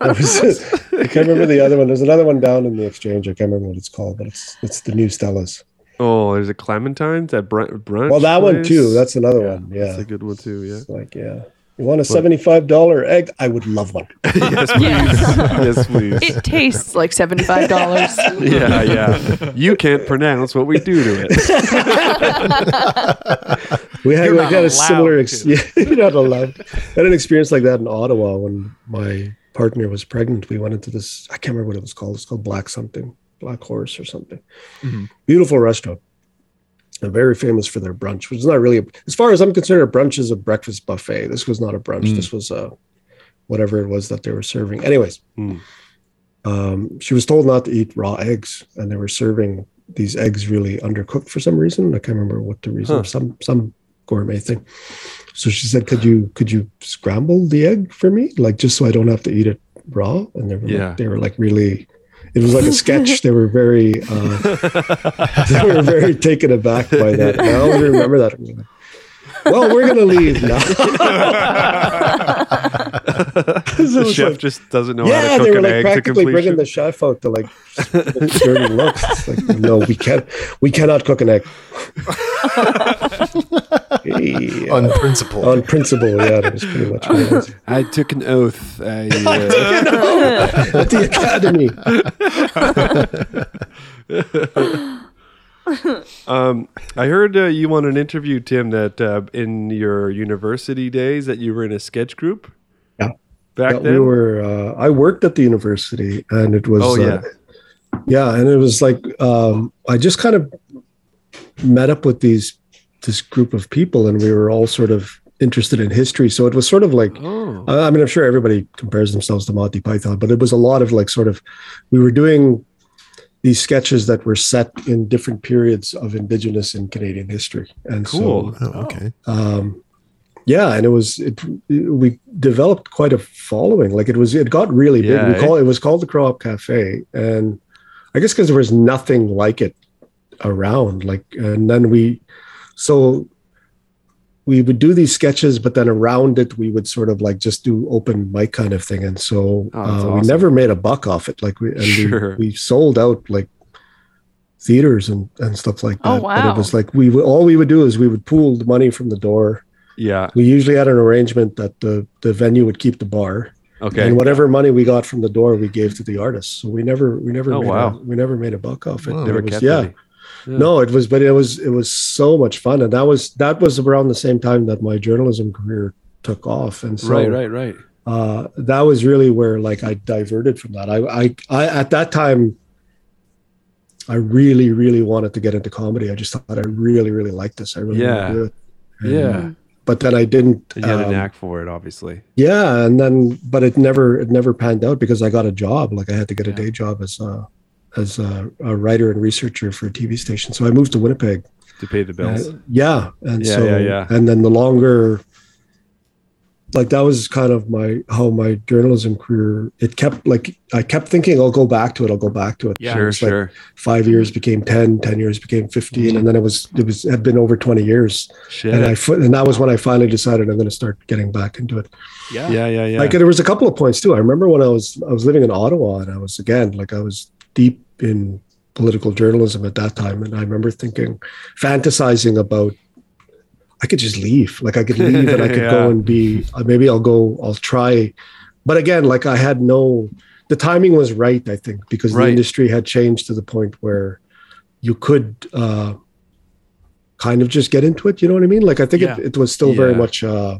Speaker 5: was- I can't remember the other one. There's another one down in the exchange. I can't remember what it's called, but it's it's the new Stella's.
Speaker 1: Oh, there's a Clementine's at brun- brunch.
Speaker 5: Well, that one
Speaker 1: place.
Speaker 5: too. That's another one.
Speaker 1: That's
Speaker 5: Yeah,
Speaker 1: a good one too.
Speaker 5: [laughs]
Speaker 1: Yeah.
Speaker 5: like yeah. You want a seventy-five dollar egg? I would love one.
Speaker 1: [laughs]
Speaker 3: Yeah.
Speaker 1: yes, please.
Speaker 3: it tastes like $75.
Speaker 1: [laughs] yeah, yeah. You can't pronounce what we do
Speaker 5: [laughs]
Speaker 1: to it.
Speaker 5: We had,
Speaker 2: You're
Speaker 5: we
Speaker 2: not
Speaker 5: had
Speaker 2: allowed
Speaker 5: a similar
Speaker 2: to.
Speaker 5: ex- [laughs] yeah, you're not allowed. I had an experience like that in Ottawa when my partner was pregnant. We went into this, I can't remember what it was called. It's called Black Something, Black Horse or something.
Speaker 2: Mm-hmm.
Speaker 5: Beautiful restaurant. They're very famous for their brunch, which is not really, a, as far as I'm concerned, a brunch is a breakfast buffet. This was not a brunch.
Speaker 2: Mm.
Speaker 5: This was a whatever it was that they were serving. Anyways,
Speaker 1: Mm.
Speaker 5: um, she was told not to eat raw eggs, and they were serving these eggs really undercooked for some reason. I can't remember what the reason.
Speaker 1: Huh.
Speaker 5: Some some gourmet thing. So she said, "Could you could you scramble the egg for me, like just so I don't have to eat it raw?" And they were
Speaker 1: Yeah.
Speaker 5: like, they were like really. It was like a sketch. They were very,
Speaker 1: [laughs]
Speaker 5: uh, they were very taken aback by that. And I always
Speaker 1: [laughs]
Speaker 5: remember that. I'm like, Well, we're gonna leave now.
Speaker 1: the chef just doesn't know how
Speaker 5: yeah,
Speaker 1: to cook
Speaker 5: they were
Speaker 1: an
Speaker 5: like
Speaker 1: egg to
Speaker 5: practically
Speaker 1: completion.
Speaker 5: bringing the chef out to like [laughs] dirty looks. It's like, no, we can't, we cannot cook an egg. Yeah,
Speaker 6: on principle.
Speaker 5: on principle, yeah, that was pretty much my
Speaker 1: [laughs]
Speaker 5: answer.
Speaker 1: I took an oath. I, uh,
Speaker 5: [laughs] at the academy.
Speaker 1: um, I heard uh, you on an interview, Tim, that uh, in your university days that you were in a sketch group.
Speaker 5: Yeah.
Speaker 1: Back
Speaker 5: Yeah,
Speaker 1: then,
Speaker 5: we were. Uh, I worked at the university, and it was.
Speaker 1: Oh, yeah.
Speaker 5: Uh, yeah, and it was like um, I just kind of met up with these this group of people, and we were all sort of interested in history. So it was sort of like
Speaker 1: Oh.
Speaker 5: Uh, I I mean, I'm sure everybody compares themselves to Monty Python, but it was a lot of like sort of, we were doing these sketches that were set in different periods of Indigenous and Canadian history. And
Speaker 1: Cool.
Speaker 5: so, uh,
Speaker 6: Oh, okay.
Speaker 5: um, yeah, and it was, it, we developed quite a following. Like it was, it got really big.
Speaker 1: Yeah,
Speaker 5: we
Speaker 1: eh?
Speaker 5: call, it was called the Co op Cafe. And I guess because there was nothing like it around. Like, and then we, so we would do these sketches, but then around it, we would sort of like just do open mic kind of thing. And so
Speaker 1: Oh,
Speaker 5: uh,
Speaker 1: that's
Speaker 5: we
Speaker 1: awesome.
Speaker 5: never made a buck off it. Like we, and
Speaker 1: Sure.
Speaker 5: we, we sold out like theaters and, and stuff like that.
Speaker 3: Oh,
Speaker 5: But
Speaker 3: wow.
Speaker 5: it was like, we would, all we would do is we would pool the money from the door.
Speaker 1: yeah.
Speaker 5: We usually had an arrangement that the, the venue would keep the bar
Speaker 1: Okay.
Speaker 5: and whatever money we got from the door, we gave to the artists. So we never, we never,
Speaker 1: Oh,
Speaker 5: made
Speaker 1: wow.
Speaker 5: a, we never made a buck off it.
Speaker 6: Wow.
Speaker 5: It
Speaker 1: Never
Speaker 5: was-
Speaker 1: kept
Speaker 5: yeah.
Speaker 1: any. Yeah.
Speaker 5: No, it was, but it was, it was so much fun, and that was that was around the same time that my journalism career took off, and so
Speaker 1: right. Right. Right.
Speaker 5: Uh, that was really where like I diverted from that. I, I, I at that time, I really, really wanted to get into comedy. I just thought I really, really liked this. I really
Speaker 1: Yeah.
Speaker 5: wanted to do it. And-
Speaker 1: Yeah.
Speaker 5: but then I didn't.
Speaker 1: You had a
Speaker 5: um,
Speaker 1: knack for it, obviously.
Speaker 5: yeah, and then but it never it never panned out because I got a job. Like I had to get a day job as a as a, a writer and researcher for a TV station. So I moved to Winnipeg.
Speaker 1: To pay the bills.
Speaker 5: Uh, yeah, and
Speaker 1: Yeah,
Speaker 5: so
Speaker 1: yeah, yeah.
Speaker 5: and then the longer, like that was kind of my how my journalism career. It kept like I kept thinking I'll go back to it. I'll go back to it.
Speaker 2: Yeah.
Speaker 1: sure.
Speaker 5: it's like-
Speaker 1: Sure. Mm-hmm.
Speaker 5: Five years became 10, 10 years became 15 and then it was it was had been over twenty years,
Speaker 1: Shit.
Speaker 5: and I fi- and that was when I finally decided I'm going to start getting back into it.
Speaker 2: Yeah.
Speaker 1: yeah. Yeah. Yeah.
Speaker 5: Like there was a couple of points too. I remember when I was I was living in Ottawa and I was again like I was deep in political journalism at that time, and I remember thinking, fantasizing about I could just leave. Like
Speaker 1: [laughs]
Speaker 5: I could leave and I could
Speaker 1: Yeah.
Speaker 5: go and be uh, maybe I'll go I'll try, but again like I had no the timing was right I think because
Speaker 1: Right.
Speaker 5: the industry had changed to the point where you could. uh kind of just get into it you know what i mean like i think
Speaker 2: Yeah.
Speaker 5: it, it was still very
Speaker 1: Yeah.
Speaker 5: much uh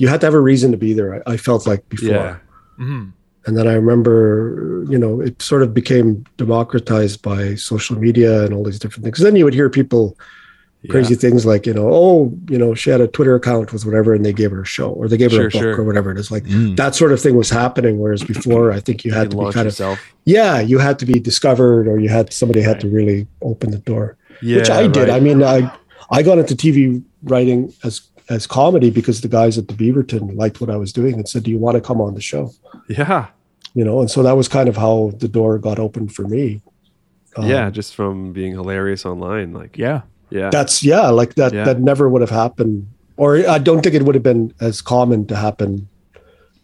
Speaker 5: you had to have a reason to be there. I, I felt like before,
Speaker 1: yeah.
Speaker 2: Mhm.
Speaker 5: and then I remember, you know, it sort of became democratized by social media and all these different things. Then you would hear people
Speaker 1: yeah.
Speaker 5: crazy things like, you know, oh, you know, she had a Twitter account with whatever, and they gave her a show or they gave her
Speaker 1: Sure,
Speaker 5: a book
Speaker 1: sure.
Speaker 5: or whatever it is. Like
Speaker 6: Mm.
Speaker 5: that sort of thing was happening. Whereas before, I think you
Speaker 1: You
Speaker 5: had
Speaker 1: had
Speaker 5: to be
Speaker 1: launch
Speaker 5: kind of
Speaker 1: yourself.
Speaker 5: yeah, you had to be discovered or you had somebody had
Speaker 2: Right.
Speaker 5: to really open the door
Speaker 1: Yeah.
Speaker 5: which I did.
Speaker 1: right.
Speaker 5: I mean, I I got into TV writing as as comedy because the guys at the Beaverton liked what I was doing and said, "Do you want to come on the show?"
Speaker 1: [laughs] Yeah.
Speaker 5: You know, and so that was kind of how the door got opened for me. Um,
Speaker 1: yeah. Just from being hilarious online. Like.
Speaker 2: Yeah.
Speaker 1: Yeah.
Speaker 5: that's yeah, like that.
Speaker 1: Yeah.
Speaker 5: That never would have happened, or I don't think it would have been as common to happen.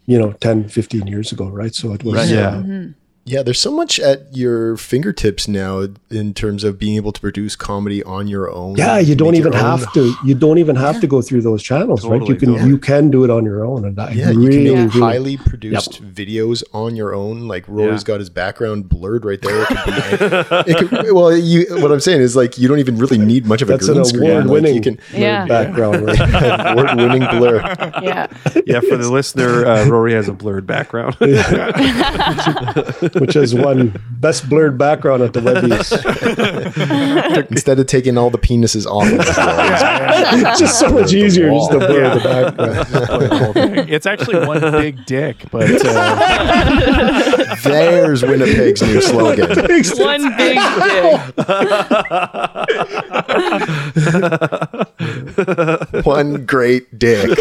Speaker 5: You know, 10, 15 years ago, right? So it was
Speaker 1: Right, yeah.
Speaker 5: uh,
Speaker 6: Yeah, there's so much at your fingertips now in terms of being able to produce comedy on your own.
Speaker 5: yeah you don't
Speaker 6: make your
Speaker 5: even
Speaker 6: own-
Speaker 5: have to you don't even have to go through those channels right
Speaker 1: Totally,
Speaker 5: you can
Speaker 1: totally.
Speaker 5: you can do it on your own and i
Speaker 6: Yeah, you
Speaker 5: really,
Speaker 6: can make
Speaker 5: really-
Speaker 6: highly produced videos on your own. Like Rory's
Speaker 1: Yeah.
Speaker 6: got his background blurred right there. It could
Speaker 5: [laughs]
Speaker 6: be, it could, well, you, what I'm saying is like you don't even really need much of a
Speaker 5: That's
Speaker 6: green
Speaker 5: an
Speaker 6: screen. Like,
Speaker 5: award-winning-
Speaker 6: you can
Speaker 3: Yeah.
Speaker 5: background right?
Speaker 6: [laughs] award-winning
Speaker 5: [laughs]
Speaker 6: blur.
Speaker 3: Yeah.
Speaker 1: yeah. For the listener, uh, Rory has a blurred
Speaker 5: [laughs]
Speaker 1: background.
Speaker 5: which is one best blurred background at the Webbies.
Speaker 6: Instead of taking all the penises off, of the drawings.
Speaker 5: [laughs] it's just so much easier just to blur the background.
Speaker 2: It's actually one big dick, but
Speaker 1: [laughs]
Speaker 2: uh,
Speaker 6: there's Winnipeg's new
Speaker 5: [laughs]
Speaker 6: slogan.
Speaker 3: One big dick.
Speaker 6: One great dick.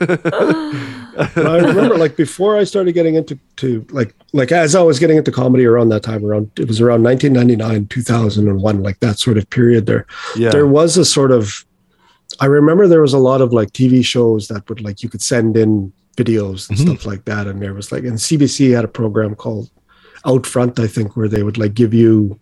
Speaker 5: But I remember, like before I started getting into to like like as I was getting into comedy around that time, around it was around 1999, 2001, like that sort of period there.
Speaker 1: [laughs] yeah.
Speaker 5: There was a sort of I remember there was a lot of like TV shows that would like you could send in videos
Speaker 1: Mm-hmm.
Speaker 5: and stuff like that, and there was like and CBC had a program called Out Front, I think, where they would like give you.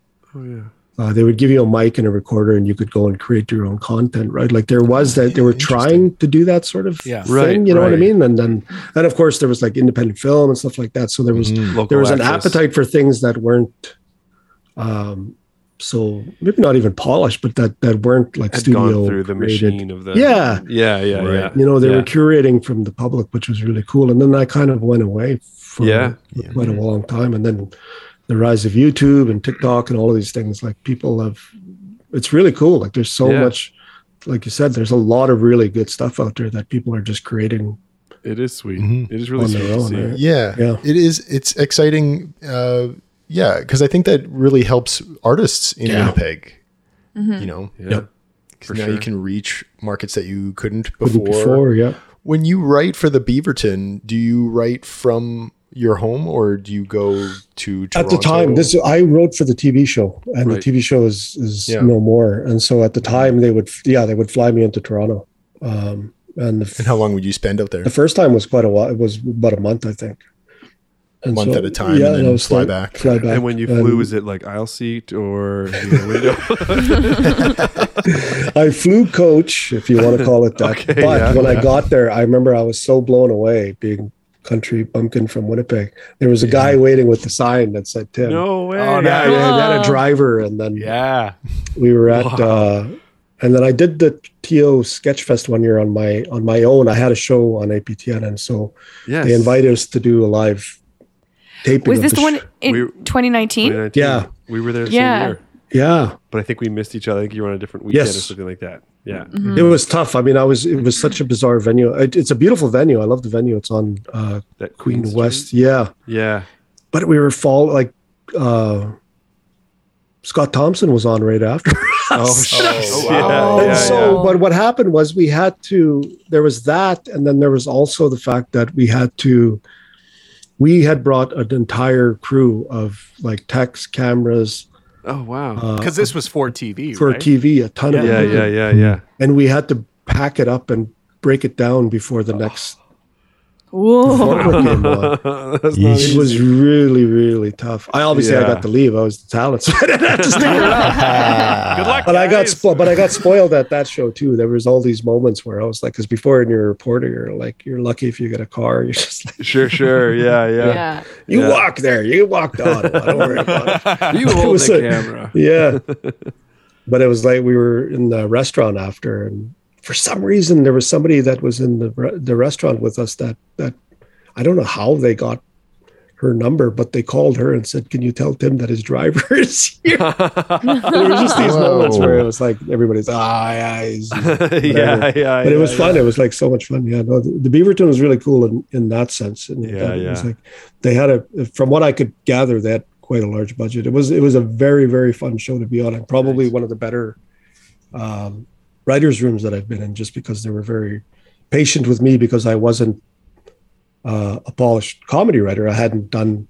Speaker 5: Uh, they would give you a mic and a recorder, and you could go and create your own content, right? Like there was that they were trying to do that sort of
Speaker 2: Yeah.
Speaker 5: thing,
Speaker 1: Right,
Speaker 5: you know what I
Speaker 1: right.
Speaker 5: mean? And then, and of course, there was like independent film and stuff like that. So there was
Speaker 1: Local
Speaker 5: there was an
Speaker 1: access.
Speaker 5: appetite for things that weren't um so maybe not even polished but that that weren't like
Speaker 1: Had
Speaker 5: studio
Speaker 1: gone through the
Speaker 5: created.
Speaker 1: machine of the
Speaker 5: yeah
Speaker 1: yeah yeah yeah.
Speaker 5: you know they
Speaker 1: yeah.
Speaker 5: were curating from the public which was really cool and then that kind of went away for
Speaker 1: Yeah.
Speaker 5: quite a long time and then the rise of youtube and tiktok and all of these things like people have it's really cool like there's so
Speaker 1: Yeah.
Speaker 5: much like you said there's a lot of really good stuff out there that people are just creating
Speaker 1: It is sweet.
Speaker 6: Mhm.
Speaker 1: It is really
Speaker 5: Mm-hmm.
Speaker 1: sweet
Speaker 5: On their
Speaker 1: to
Speaker 5: own,
Speaker 1: see.
Speaker 5: right?
Speaker 6: Yeah,
Speaker 5: Yeah.
Speaker 6: it is. It's exciting. Uh, yeah, because I think that really helps artists in
Speaker 5: Yeah.
Speaker 6: Winnipeg.
Speaker 1: Mm-hmm.
Speaker 6: You know,
Speaker 1: Yeah.
Speaker 6: 'Cause now you
Speaker 1: sure.
Speaker 6: can reach markets that you couldn't
Speaker 5: before,
Speaker 6: before.
Speaker 5: before yeah
Speaker 6: When you write for the Beaverton, do you write from your home or do you go to Toronto?
Speaker 5: at the time this i wrote for the tv show and
Speaker 1: Right.
Speaker 5: the tv show is is
Speaker 6: Yeah.
Speaker 5: no more and so at the time they would yeah they would fly me into toronto um and the, f-
Speaker 6: and how long would you spend out there?
Speaker 5: the first time was quite a while it was about a month i think and
Speaker 6: Month at a time and then
Speaker 5: I was
Speaker 6: fly
Speaker 5: like-
Speaker 6: back.
Speaker 5: fly back
Speaker 1: And when you flew, was it like aisle seat or
Speaker 5: [laughs]
Speaker 1: you know, window?
Speaker 5: I flew coach, if you want
Speaker 6: [laughs]
Speaker 5: to call it that.
Speaker 1: Okay,
Speaker 5: but
Speaker 1: yeah.
Speaker 5: when I got there, I remember I was so blown away being country bumpkin from Winnipeg. There was a guy waiting with the sign that said Tim.
Speaker 1: no way.
Speaker 2: Oh, no.
Speaker 5: Yeah, yeah, they had
Speaker 3: Wow.
Speaker 5: a driver, and then
Speaker 2: Yeah.
Speaker 5: we were at uh and then I did the TO Sketchfest one year on my on my own. I had a show on APTN and so
Speaker 1: Yes.
Speaker 5: they invited us to do a live taping.
Speaker 3: Was
Speaker 5: of
Speaker 3: this the one
Speaker 5: sh-
Speaker 3: in
Speaker 1: We-
Speaker 3: 2019?
Speaker 1: 2019.
Speaker 5: Yeah.
Speaker 1: We were there the
Speaker 3: Yeah.
Speaker 1: same year.
Speaker 5: yeah.
Speaker 1: But I think we missed each other. I think you were on a different weekend or
Speaker 5: Yes.
Speaker 1: something like that. Yeah.
Speaker 3: Mm-hmm.
Speaker 5: It was tough. I mean, I was it was such a bizarre venue. It, it's a beautiful venue. I love the venue. It's on uh
Speaker 1: That
Speaker 5: Queen
Speaker 1: Street.
Speaker 5: West. Yeah.
Speaker 1: Yeah.
Speaker 5: But we were fall like uh Scott Thompson was on right after. [laughs]
Speaker 1: Oh,
Speaker 3: wow.
Speaker 1: Yeah,
Speaker 5: and
Speaker 1: yeah,
Speaker 5: Oh, so
Speaker 3: yeah.
Speaker 5: but what happened was we had to there was that and then there was also the fact that we had to we had brought an entire crew of like techs cameras
Speaker 1: yeah. Oh, wow.
Speaker 2: Because this was for TV.
Speaker 5: for
Speaker 2: right?
Speaker 5: tv a ton of
Speaker 1: yeah,
Speaker 5: them
Speaker 1: yeah, yeah, yeah.
Speaker 5: and we had to pack it up and break it down before the next
Speaker 3: Whoa.
Speaker 5: program came on.
Speaker 1: [laughs] That's not
Speaker 5: It
Speaker 1: easy.
Speaker 5: was really, really tough. I obviously I
Speaker 1: Yeah.
Speaker 5: got to leave. I was the talent, [laughs] so I didn't have to
Speaker 1: [laughs]
Speaker 5: stick around.
Speaker 2: Good luck.
Speaker 5: But I got
Speaker 2: guys.
Speaker 5: spo- but I got spoiled at that show too. There was all these moments where I was like, because before when you're a reporter, you're like, you're lucky if you get a car. You're just like, [laughs]
Speaker 1: sure, sure. Yeah, yeah.
Speaker 3: yeah.
Speaker 5: you
Speaker 1: Yeah.
Speaker 5: walk there, you walk to Ottawa. Don't worry about
Speaker 1: [laughs]
Speaker 5: it.
Speaker 1: You hold
Speaker 5: was
Speaker 1: the
Speaker 5: a-
Speaker 1: camera.
Speaker 5: Yeah, but it was like we were in the restaurant after, and for some reason there was somebody that was in the re- the restaurant with us that that I don't know how they got her number, but they called her and said, "Can you tell Tim that his [laughs] driver is here?" there was
Speaker 1: [laughs]
Speaker 5: just these moments where it was like everybody's ah yeah, he's
Speaker 1: yeah, yeah, yeah.
Speaker 5: but it was fun. It was like so much fun. Yeah, no, the, the Beaverton was really cool in, in that sense. And
Speaker 1: Yeah,
Speaker 5: it was
Speaker 1: yeah.
Speaker 5: like they had a, from what I could gather, they had quite a large budget. It was it was a very very fun show to be on, and probably one of the better um, writers' rooms that I've been in, just because they were very patient with me because I wasn't uh, a polished comedy writer. I hadn't done,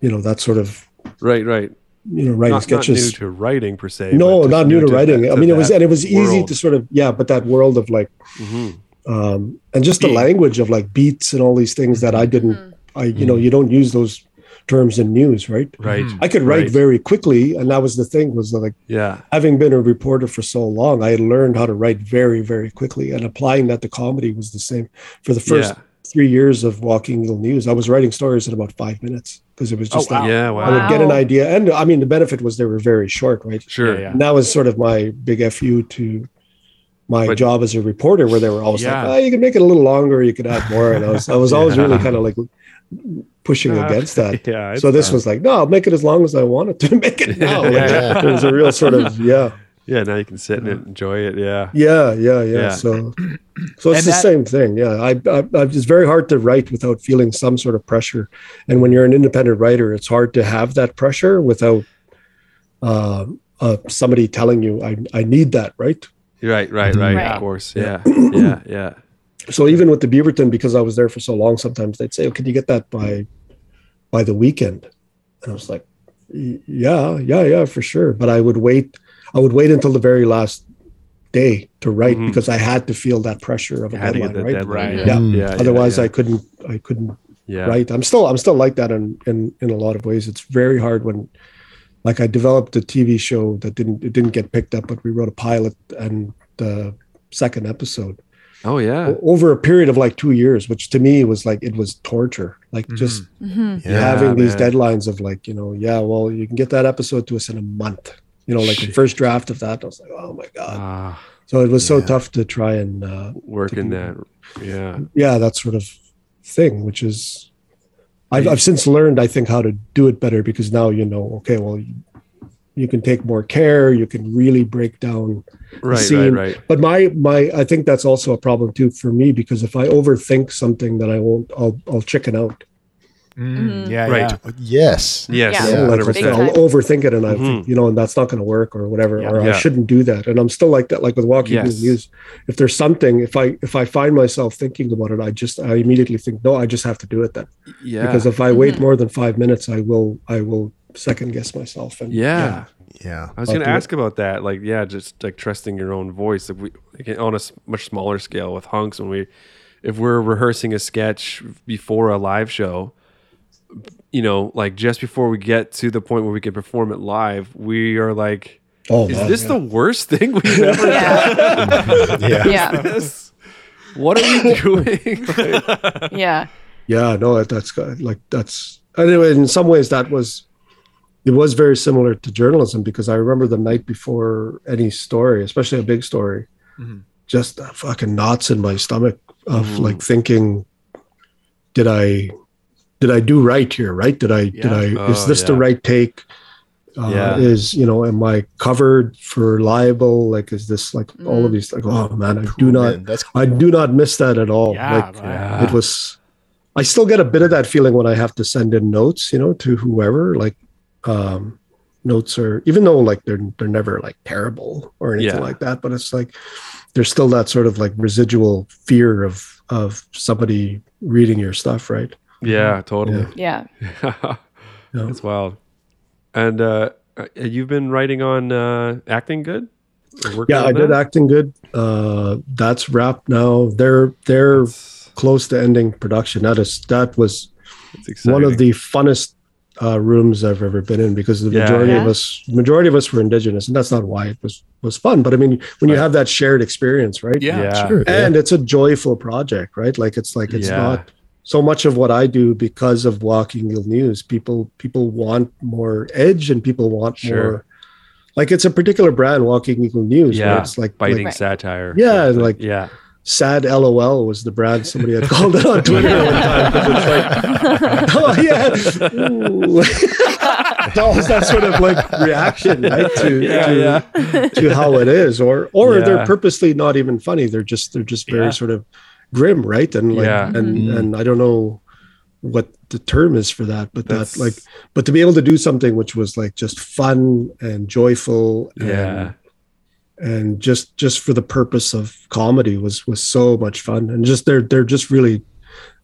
Speaker 5: you know, that sort of
Speaker 1: Right, right.
Speaker 5: you know writing
Speaker 1: Not, not
Speaker 5: sketches
Speaker 1: new to writing per se.
Speaker 5: no,
Speaker 1: but just
Speaker 5: not new to writing.
Speaker 1: that-
Speaker 5: I mean, it was
Speaker 1: that
Speaker 5: and it was easy
Speaker 1: world.
Speaker 5: to sort of yeah, but that world of like,
Speaker 1: Mm-hmm.
Speaker 5: um, and just the
Speaker 2: Beat.
Speaker 5: language of like beats and all these things that I didn't, I you know, you don't use those terms in news, right?
Speaker 1: Right.
Speaker 5: I could write
Speaker 1: Right.
Speaker 5: very quickly, and that was the thing was that, like
Speaker 1: Yeah.
Speaker 5: having been a reporter for so long, I had learned how to write very very quickly, and applying that to comedy was the same. For the first
Speaker 1: Yeah.
Speaker 5: three years of Walking Eagle News, I was writing stories in about five minutes because it was just like
Speaker 1: Yeah.
Speaker 5: I
Speaker 1: Oh, Wow.
Speaker 5: would get an
Speaker 3: Wow.
Speaker 5: idea, and I mean the benefit was they were very short, right?
Speaker 1: Sure.
Speaker 2: Yeah, yeah.
Speaker 5: And that was sort of my big fu to my
Speaker 1: But-
Speaker 5: job as a reporter, where they were always
Speaker 2: Yeah.
Speaker 5: like, "Oh, you can make it a little longer, you can add more," and I was I was always really kind of like pushing
Speaker 1: Yeah. [laughs]
Speaker 5: against that.
Speaker 1: Uh, Yeah, it's
Speaker 5: so this
Speaker 1: fun.
Speaker 5: was like, no, I'll make it as long as I want it to [laughs] make it now. Like,
Speaker 1: [laughs] Yeah.
Speaker 5: It was a real sort of yeah,
Speaker 1: Yeah. Now you can sit in it, enjoy it. Yeah.
Speaker 5: yeah, yeah, yeah.
Speaker 1: Yeah.
Speaker 5: So, so it's
Speaker 2: And
Speaker 5: the
Speaker 2: that-
Speaker 5: same thing. Yeah, I, I, I, it's very hard to write without feeling some sort of pressure, and when you're an independent writer, it's hard to have that pressure without uh, uh, somebody telling you, "I, I need that," right?
Speaker 1: Right. Right. Right.
Speaker 3: Right.
Speaker 1: Of course. Yeah. Yeah. [clears throat] Yeah.
Speaker 5: so even with the Beaverton, because I was there for so long, sometimes they'd say, "Oh, can you get that by by the weekend?" And I was like, "Y- "Yeah, yeah, yeah, for sure." But I would wait. I would wait until the very last day to write because I had to feel that pressure of a
Speaker 1: Mm-hmm. Had to
Speaker 5: deadline,
Speaker 1: get that
Speaker 5: right?
Speaker 1: deadline.
Speaker 5: Yeah.
Speaker 1: yeah.
Speaker 5: Otherwise,
Speaker 1: yeah,
Speaker 5: I couldn't. I couldn't
Speaker 1: yeah.
Speaker 5: write. I'm still. I'm still like that in, in in a lot of ways. It's very hard when, like, I developed a TV show that didn't it didn't get picked up, but we wrote a pilot and the second episode
Speaker 1: Oh yeah.
Speaker 5: o- over a period of like two years, which to me was like it was torture. Like just
Speaker 3: Mm-hmm.
Speaker 5: having these
Speaker 1: man.
Speaker 5: deadlines of like you know yeah well you can get that episode to us in a month you know like the first draft of that i was like oh my god
Speaker 1: Ah,
Speaker 5: so it was so tough to try and uh,
Speaker 1: working that. Yeah.
Speaker 5: yeah that sort of thing which is I've, I've since learned i think how to do it better because now you know okay well you, you can take more care you can really break down
Speaker 1: Right. Right.
Speaker 5: scene.
Speaker 1: Right.
Speaker 5: but my my i think that's also a problem too for me because if i overthink something that i won't i'll, I'll chicken out
Speaker 2: Mm, yeah,
Speaker 1: Right.
Speaker 2: yeah.
Speaker 4: Yes.
Speaker 1: Yes.
Speaker 3: Yeah.
Speaker 5: like,
Speaker 1: Hundred
Speaker 5: okay,
Speaker 1: percent.
Speaker 5: I'll overthink it and I
Speaker 1: Mhm.
Speaker 5: think, you know, and that's not going to work or whatever, or
Speaker 1: Yeah.
Speaker 5: I shouldn't do that. And I'm still like that, like with walking
Speaker 1: Yes.
Speaker 5: the news. If there's something, if I if I find myself thinking about it, I just I immediately think, no, I just have to do it then.
Speaker 1: Yeah.
Speaker 5: Because if I wait more than five minutes, I will I will second guess myself. And
Speaker 1: yeah.
Speaker 4: Yeah.
Speaker 1: I was going to
Speaker 5: do it.
Speaker 1: ask about that. Like, yeah, just like trusting your own voice. If we like, on a s- much smaller scale with hunks, when we if we're rehearsing a sketch before a live show, you know, like just before we get to the point where we can perform it live, we are like,
Speaker 5: Oh,
Speaker 1: is
Speaker 5: man.
Speaker 1: this the worst thing we've ever
Speaker 3: Yeah.
Speaker 4: Yeah.
Speaker 3: yeah.
Speaker 5: [laughs]
Speaker 1: this? What are we doing? Like,
Speaker 3: Yeah.
Speaker 5: yeah no that- that's good like that's anyway in some ways that was it was very similar to journalism because i remember the night before any story especially a big story just uh, fucking knots in my stomach of like thinking did i did i do right here right did i did i is
Speaker 1: Oh,
Speaker 5: this the
Speaker 1: yeah.
Speaker 5: right take uh,
Speaker 1: Yeah.
Speaker 5: is you know am i covered for libel like is this like all of these like oh man i do not
Speaker 4: Man, that's
Speaker 5: i do not miss that at all
Speaker 2: Yeah,
Speaker 5: like
Speaker 2: right.
Speaker 5: it was i still get a bit of that feeling when i have to send in notes you know to whoever like um notes are even though like they're they're never like terrible or anything
Speaker 1: Yeah.
Speaker 5: like that but it's like there's still that sort of like residual fear of of somebody reading your stuff right
Speaker 1: yeah, totally.
Speaker 3: Yeah.
Speaker 1: [laughs] That's wild. And uh, uh, you've been writing on uh, acting good? Or working
Speaker 5: yeah
Speaker 1: on
Speaker 5: i did
Speaker 1: that?
Speaker 5: acting good uh that's wrapped now they're they're close to ending production that is that was
Speaker 1: It's exciting.
Speaker 5: one of the funnest uh, rooms I've ever been in because the
Speaker 1: Yeah.
Speaker 5: majority of
Speaker 3: Yeah.
Speaker 5: us majority of us were indigenous, and that's not why it was was fun. But I mean, when you have that shared experience, right?
Speaker 2: Yeah.
Speaker 1: yeah.
Speaker 5: And it's a joyful project, right? Like it's like it's
Speaker 1: Yeah.
Speaker 5: not so much of what I do because of Walking Hill News. People people want more edge, and people want
Speaker 1: Sure.
Speaker 5: more. Like it's a particular brand, Walking Eagle News. where
Speaker 1: Yeah.
Speaker 5: it's like
Speaker 1: biting
Speaker 5: like
Speaker 3: Right.
Speaker 1: satire.
Speaker 5: Yeah,
Speaker 1: It's
Speaker 5: like- [laughs]
Speaker 1: yeah,
Speaker 5: sad LOL was the brand somebody had called it on Twitter [laughs] one
Speaker 1: [laughs]
Speaker 5: time. 'cause it's like oh yeah Ooh. [laughs] that was that sort of like reaction right to
Speaker 1: yeah,
Speaker 5: to,
Speaker 1: yeah.
Speaker 5: to how it is or or
Speaker 1: Yeah.
Speaker 5: they're purposely not even funny they're just they're just very
Speaker 2: Yeah.
Speaker 5: sort of grim right and like
Speaker 1: Yeah.
Speaker 5: and and i don't know what the term is for that but
Speaker 1: That's-
Speaker 5: that like but to be able to do something which was like just fun and joyful and,
Speaker 1: yeah.
Speaker 5: and just just for the purpose of comedy was was so much fun and just they're they're just really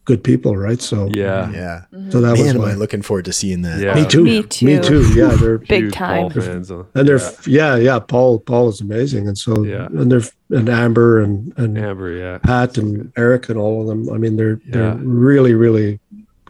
Speaker 5: good people right so
Speaker 1: yeah,
Speaker 4: yeah.
Speaker 5: so that was
Speaker 4: Man, am
Speaker 5: my
Speaker 4: I looking forward to seeing that.
Speaker 1: Yeah.
Speaker 5: me too.
Speaker 3: Me too.
Speaker 5: Me too. Yeah, they're
Speaker 3: Big
Speaker 1: Huge
Speaker 3: time.
Speaker 1: Paul fans, uh,
Speaker 5: and they're yeah. yeah, Paul Paul is amazing, and so
Speaker 1: Yeah.
Speaker 5: and they're and Amber and and
Speaker 1: Amber, yeah,
Speaker 5: Pat and Eric and all of them. I mean, they're
Speaker 1: Yeah.
Speaker 5: they're really really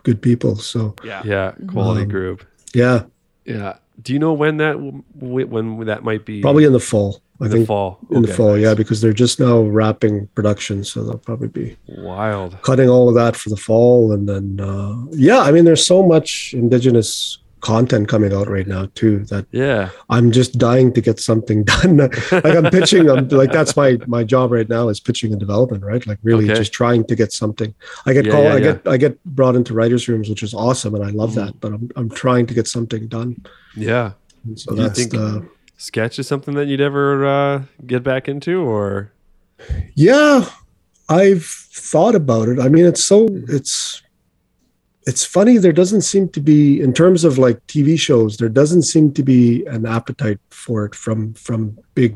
Speaker 5: good people. So
Speaker 1: yeah, quality
Speaker 5: Um,
Speaker 1: group.
Speaker 5: yeah,
Speaker 1: Yeah. Do you know when that w- w- when that might be?
Speaker 5: probably in the fall. I
Speaker 1: in the
Speaker 5: think
Speaker 1: fall.
Speaker 5: in the
Speaker 1: Okay.
Speaker 5: fall, yeah, because they're just now wrapping production, so they'll probably be
Speaker 1: Wild.
Speaker 5: cutting all of that for the fall, and then uh, yeah, I mean, there's so much indigenous content coming out right now too that
Speaker 1: Yeah.
Speaker 5: I'm just dying to get something [laughs] done. like I'm pitching, I'm like that's my my job right now is pitching and development, right? Like really
Speaker 1: Okay.
Speaker 5: just trying to get something. I get
Speaker 1: Yeah,
Speaker 5: called,
Speaker 1: yeah, Mm-hmm.
Speaker 5: I
Speaker 1: yeah.
Speaker 5: get I get brought into writers' rooms, which is awesome, and I love that. But I'm I'm trying to get something done.
Speaker 1: Yeah.
Speaker 5: And so
Speaker 1: Do you
Speaker 5: that's
Speaker 1: think-
Speaker 5: the
Speaker 1: Sketch is something that you'd ever uh, get back into, or
Speaker 5: yeah. I've thought about it. I mean, it's so it's it's funny. There doesn't seem to be in terms of like TV shows. There doesn't seem to be an appetite for it from from big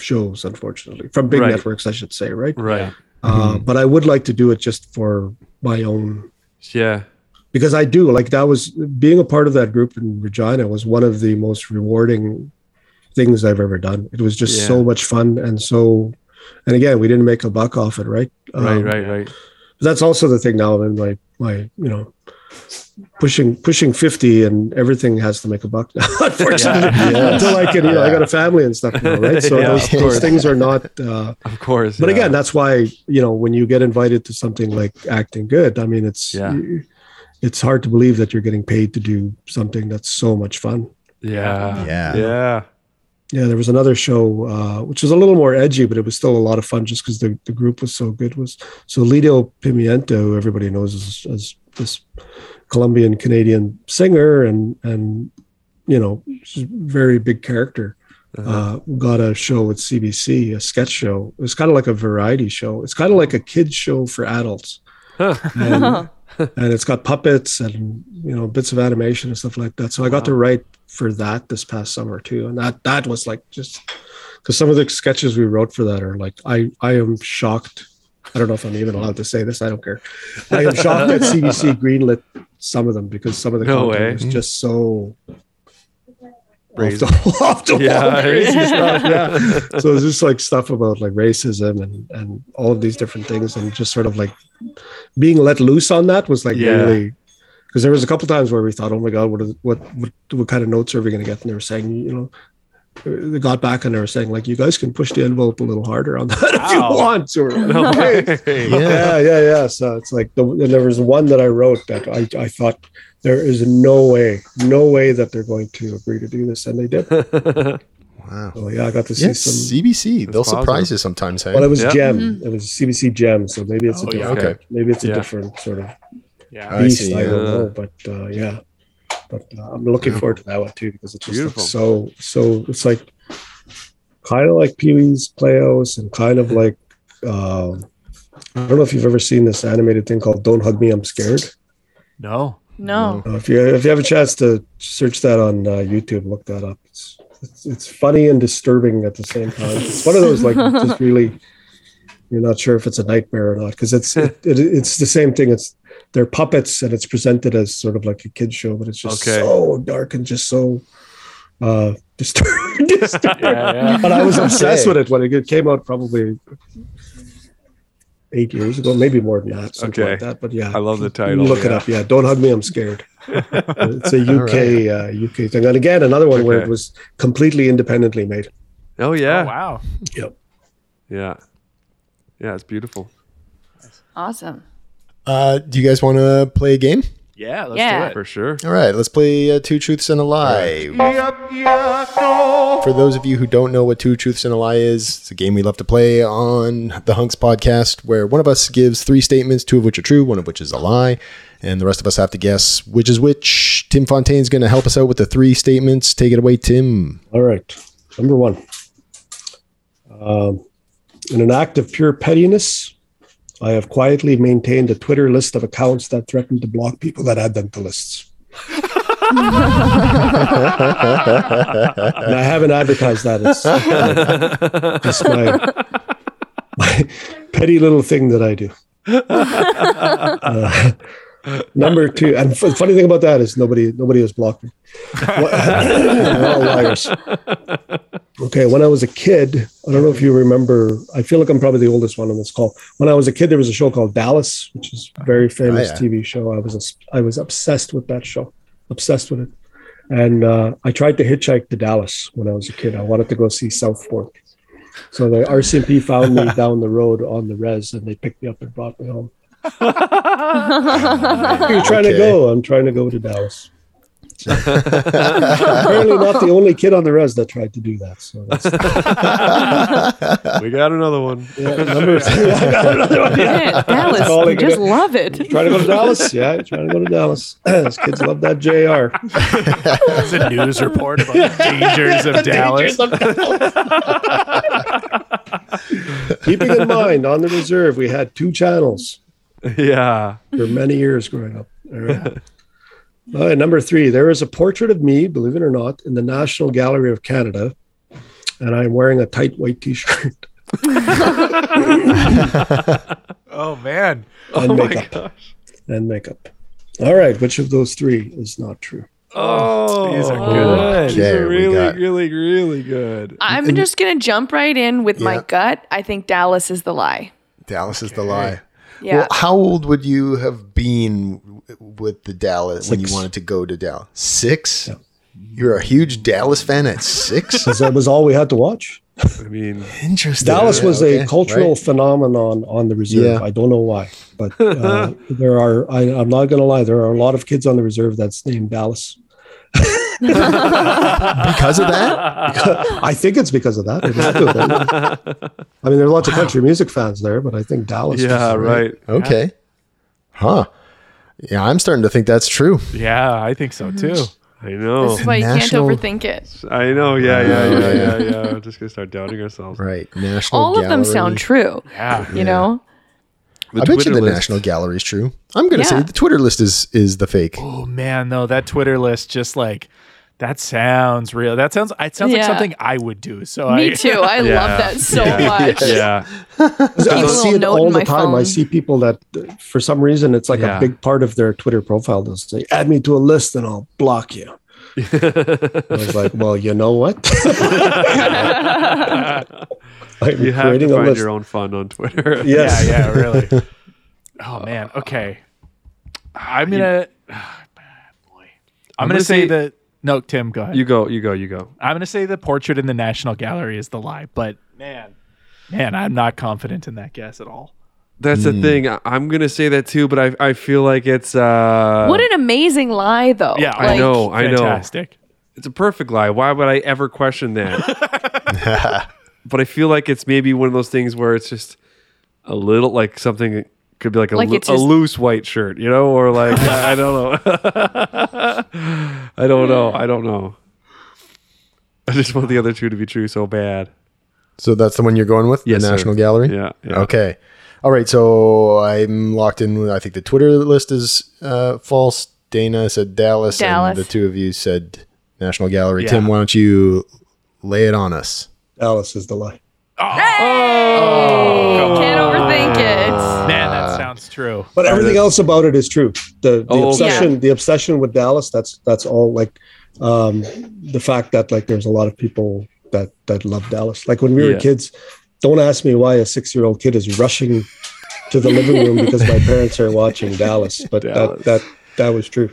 Speaker 5: shows unfortunately from big
Speaker 1: Right.
Speaker 5: networks i should say right
Speaker 1: right?
Speaker 5: Uh, but I would like to do it just for my own
Speaker 1: Yeah.
Speaker 5: because I do like that was being a part of that group in Regina was one of the most rewarding things I've ever done. It was just so much fun and so, and again, we didn't make a buck off it, right?
Speaker 1: Right,
Speaker 5: Um,
Speaker 1: right, right.
Speaker 5: But that's also the thing now in my my you know pushing pushing 50 and everything has to make a buck [laughs] now unfortunately until i can you know i got a family and stuff now
Speaker 1: [laughs]
Speaker 5: right so
Speaker 1: Yeah,
Speaker 5: those,
Speaker 1: of
Speaker 5: those
Speaker 1: course.
Speaker 5: things are not uh
Speaker 1: Of course.
Speaker 5: but
Speaker 1: yeah.
Speaker 5: again that's why you know when you get invited to something like acting good i mean it's
Speaker 1: Yeah.
Speaker 5: it's hard to believe that you're getting paid to do something that's so much fun
Speaker 1: yeah.
Speaker 6: Yeah.
Speaker 1: Yeah.
Speaker 5: yeah there was another show uh which was a little more edgy but it was still a lot of fun just because the, the group was so good was so lidio pimienta who everybody knows as, as this colombian canadian singer and and you know she's a very big character uh got a show at cbc a sketch show it was kind of like a variety show it's kind of like a kids show for adults [laughs] and, and it's got puppets and you know bits of animation and stuff like that. So I got to write for that this past summer too, and that that was like just because some of the sketches we wrote for that are like I I am shocked. I don't know if I'm even allowed to say this. I don't care. I am shocked that
Speaker 1: [laughs]
Speaker 5: CBC greenlit some of them because some of the
Speaker 1: No
Speaker 5: content
Speaker 1: way.
Speaker 5: was just so off
Speaker 1: Crazy.
Speaker 5: the, [laughs] off the
Speaker 1: [laughs]
Speaker 5: wall
Speaker 1: Yeah.
Speaker 5: crazy stuff.
Speaker 1: [laughs]
Speaker 5: [laughs] Yeah. So it's just like stuff about like racism and and all of these different things, and just sort of like being let loose on that was like
Speaker 1: Yeah.
Speaker 5: really because there was a couple times where we thought, oh my god, what are the, what, what what kind of notes are we going to get? And they were saying, you know. They got back and they were saying, like, you guys can push the envelope a little harder on that if you want. So we're like,
Speaker 1: [laughs]
Speaker 5: okay yeah, yeah, yeah. So it's like the, and there was one that I wrote that I, I thought there is no way, no way that they're going to agree to do this, and they did.
Speaker 6: Wow.
Speaker 5: So yeah, I got to see
Speaker 6: Yes,
Speaker 5: some.
Speaker 6: CBC. They'll surprise
Speaker 1: positive.
Speaker 6: you sometimes. Hey?
Speaker 5: Well, it was
Speaker 1: Yeah. Oh,
Speaker 5: Gem. It was CBC Gem. So maybe it's a different,
Speaker 6: Oh, okay.
Speaker 5: maybe it's a
Speaker 1: Yeah.
Speaker 5: different sort of
Speaker 2: Yeah.
Speaker 6: I
Speaker 5: beast. I,
Speaker 6: see.
Speaker 5: don't
Speaker 1: yeah.
Speaker 5: know, but uh, yeah, but uh, I'm looking forward to that one too because it's just like
Speaker 1: Beautiful.
Speaker 5: so so. It's like kind of like Pee Wee's Playhouse and kind of like. Um, I don't know if you've ever seen this animated thing called "Don't Hug Me, I'm Scared."
Speaker 2: No.
Speaker 3: No.
Speaker 5: Uh, if you if you have a chance to search that on uh, YouTube, look that up. It's, it's it's funny and disturbing at the same time. It's one of those like just really you're not sure if it's a nightmare or not because it's it, it, it's the same thing. It's they're puppets and it's presented as sort of like a kid show, but it's just
Speaker 1: Okay.
Speaker 5: so dark and just so uh [laughs] disturbing. disturbing.
Speaker 2: [laughs]
Speaker 1: Yeah.
Speaker 5: But I was obsessed
Speaker 6: Okay.
Speaker 5: with it when it came out probably eight years ago, maybe more than that. something
Speaker 1: Okay.
Speaker 5: like that. But yeah,
Speaker 1: I love the title.
Speaker 5: Look it
Speaker 1: yeah.
Speaker 5: up. Yeah, don't hug me.
Speaker 1: [laughs]
Speaker 5: I'm scared. it's a UK uh, UK thing, and again another one where
Speaker 1: Okay.
Speaker 5: it was completely independently made.
Speaker 1: Oh yeah.
Speaker 2: Oh, wow.
Speaker 5: Yep.
Speaker 1: Yeah. Yeah, it's beautiful.
Speaker 3: Awesome.
Speaker 6: Uh, do you guys want to play a game?
Speaker 2: Yeah. Let's
Speaker 3: Yeah.
Speaker 2: do [laughs]
Speaker 1: For
Speaker 2: it.
Speaker 1: sure.
Speaker 6: All right, let's play uh, Two Truths and a Lie. For those of you who don't know what Two Truths and a Lie is, it's a game we love to play on the Hunks podcast where one of us gives three statements, two of which are true, one of which is a lie, and the rest of us have to guess which is which. Tim Fontaine's going to help us out with the three statements. Take it away, [laughs] Tim.
Speaker 5: All right, number one. Um, in an act of pure pettiness, I have quietly maintained a Twitter list of accounts that threatened to block people that add them to lists. and I haven't advertised that. It's just my, my petty little thing that I do. Uh, [laughs] number two, and f- funny thing about that is nobody nobody has blocked me. What- They're all liars. Okay, when I was a kid, I don't know if you remember. I feel like I'm probably the oldest one on this call. When I was a kid, there was a show called Dallas, which is a very famous
Speaker 6: Oh, yeah.
Speaker 5: TV show. I was obs- I was obsessed with that show, obsessed with it. And uh, I tried to hitchhike to Dallas when I was a kid. I wanted to go see South Fork. So the RCMP
Speaker 6: [laughs]
Speaker 5: found me down the road on the res, and they picked me up and brought me home. Where are you trying to
Speaker 6: Okay.
Speaker 5: go? I'm trying to go to
Speaker 6: [laughs]
Speaker 5: Dallas. Apparently, not the only kid on the res that tried to do that. So that's
Speaker 1: We got another
Speaker 2: [laughs]
Speaker 1: one.
Speaker 5: yeah, number three.
Speaker 3: Man, Dallas,
Speaker 5: Calling
Speaker 3: you
Speaker 5: it
Speaker 3: just
Speaker 5: a-
Speaker 3: love it.
Speaker 5: trying to go to Dallas. Yeah, trying to go to Dallas. [clears throat] Those kids love that JR.
Speaker 2: It's a news
Speaker 1: [laughs]
Speaker 2: report about [laughs] the dangers of Dallas.
Speaker 5: Keeping in mind, on the reserve, we had two channels.
Speaker 1: [laughs] yeah.
Speaker 5: for many years growing up. All right. All right, number three, there is a portrait of me, believe it or not, in the National Gallery of Canada, and I'm wearing a tight white T-shirt
Speaker 2: Oh man.
Speaker 5: and makeup. And makeup. All right, which of those three is not true?
Speaker 1: Oh,
Speaker 2: These are good.
Speaker 1: These
Speaker 4: Okay,
Speaker 1: are
Speaker 4: we
Speaker 1: really,
Speaker 4: got-
Speaker 1: really, really good.
Speaker 3: I'm just gonna jump right in with my
Speaker 4: Yeah.
Speaker 3: gut. I think Dallas is the lie.
Speaker 4: Dallas is the lie.
Speaker 3: Yeah.
Speaker 4: Well, how old would you have been w- with the Dallas when you
Speaker 5: Six.
Speaker 4: wanted to go to Dallas? Six. You're a huge Dallas fan at six.
Speaker 5: because that was all we had to watch.
Speaker 1: I mean,
Speaker 4: Interesting.
Speaker 5: Dallas
Speaker 4: Yeah,
Speaker 5: was
Speaker 4: okay,
Speaker 5: a cultural
Speaker 4: right.
Speaker 5: phenomenon on the reserve.
Speaker 4: Yeah.
Speaker 5: I don't know why,
Speaker 1: [laughs]
Speaker 5: but uh, there are. I, I'm not going to lie. There are a lot of kids on the reserve that's named Dallas.
Speaker 4: because of that.
Speaker 5: I think it's because of that. It had to have been.
Speaker 1: [laughs]
Speaker 5: I mean, there are lots of country music fans there, but I think Dallas.
Speaker 1: yeah, right.
Speaker 4: Okay. Huh. Yeah, I'm starting to think that's true.
Speaker 2: Yeah, I think so too.
Speaker 1: I know.
Speaker 3: this is why you
Speaker 4: national-
Speaker 3: can't overthink it.
Speaker 1: I know. Yeah, yeah, yeah, yeah,
Speaker 2: [laughs]
Speaker 1: yeah. We're just gonna start doubting ourselves.
Speaker 4: Right. National.
Speaker 3: All of them
Speaker 4: Gallery.
Speaker 3: sound true.
Speaker 2: Yeah.
Speaker 3: You know?
Speaker 1: The
Speaker 4: I bet
Speaker 1: Twitter
Speaker 4: you the
Speaker 1: list-
Speaker 2: [laughs]
Speaker 4: National Gallery is true. I'm gonna say
Speaker 3: Yeah.
Speaker 4: the Twitter list is is the fake.
Speaker 2: Oh man, though that Twitter list just like that sounds real. That sounds it sounds like
Speaker 3: Yeah.
Speaker 2: something I would do. So I
Speaker 3: Me too. I
Speaker 1: Yeah.
Speaker 3: love that so
Speaker 1: Yeah. [laughs]
Speaker 3: much.
Speaker 1: Yeah.
Speaker 5: Because
Speaker 3: Keep
Speaker 5: I
Speaker 3: a
Speaker 5: see
Speaker 3: little
Speaker 5: it
Speaker 3: note
Speaker 5: all
Speaker 3: in
Speaker 5: the
Speaker 3: my
Speaker 5: time. I
Speaker 3: phone.
Speaker 5: see people that, uh, for some reason, it's like
Speaker 1: Yeah.
Speaker 5: a big part of their Twitter profile. They'll say, "Add me to a list, and I'll block
Speaker 1: [laughs]
Speaker 5: you." I was like, "Well, you know what? [laughs] I'm
Speaker 1: You have to
Speaker 5: creating a
Speaker 1: find
Speaker 5: list."
Speaker 1: your own fun on Twitter.
Speaker 2: [laughs] Yeah,
Speaker 5: Yes.
Speaker 2: yeah, really. Oh man. Okay. I'm gonna [sighs] boy. I'm, gonna,
Speaker 1: gonna
Speaker 2: say,
Speaker 1: say-
Speaker 2: the no, Tim, go ahead.
Speaker 1: You go. You go. You go.
Speaker 2: I'm gonna say the portrait in the National Gallery is the lie, but man, man, I'm not confident in that guess at all.
Speaker 1: That's the thing. I, I'm gonna say that too, but I I feel like it's uh.
Speaker 3: What an amazing lie though.
Speaker 2: Yeah,
Speaker 1: I know. I know.
Speaker 2: Fantastic.
Speaker 1: It's a perfect lie. Why would I ever question that?
Speaker 3: [laughs]
Speaker 1: but I feel like it's maybe one of those things where it's just a little like something could be like a,
Speaker 3: Like
Speaker 1: loo-
Speaker 3: it's just-
Speaker 1: a loose white shirt, you know, or
Speaker 3: [laughs]
Speaker 1: like I I don't know. [laughs] I don't know. I don't know. I just want the other two to be true so bad.
Speaker 4: So that's the one you're going with?
Speaker 1: Yes,
Speaker 4: the
Speaker 1: sir.
Speaker 4: National Gallery?
Speaker 1: Yeah, yeah.
Speaker 4: Okay. All right. So I'm locked in. with- I think the Twitter list is uh, false. Dana said Dallas,
Speaker 3: Dallas.
Speaker 4: And the two of you said National Gallery.
Speaker 2: Yeah.
Speaker 4: Tim, why don't you lay it on us?
Speaker 5: Dallas is the lie.
Speaker 1: Oh,
Speaker 3: Can't overthink it.
Speaker 2: Man, that sounds
Speaker 5: [laughs]
Speaker 2: true.
Speaker 5: But everything else about it is true. The the
Speaker 1: Oh, okay.
Speaker 5: obsession, the obsession with Dallas. That's that's all. Like um, the fact that like there's a lot of people that that love Dallas. Like when we were
Speaker 1: Yeah.
Speaker 5: kids, don't ask me why a six year old kid is rushing to the living room because
Speaker 4: [laughs]
Speaker 5: my parents are watching Dallas. But
Speaker 1: Dallas.
Speaker 5: that that that was true,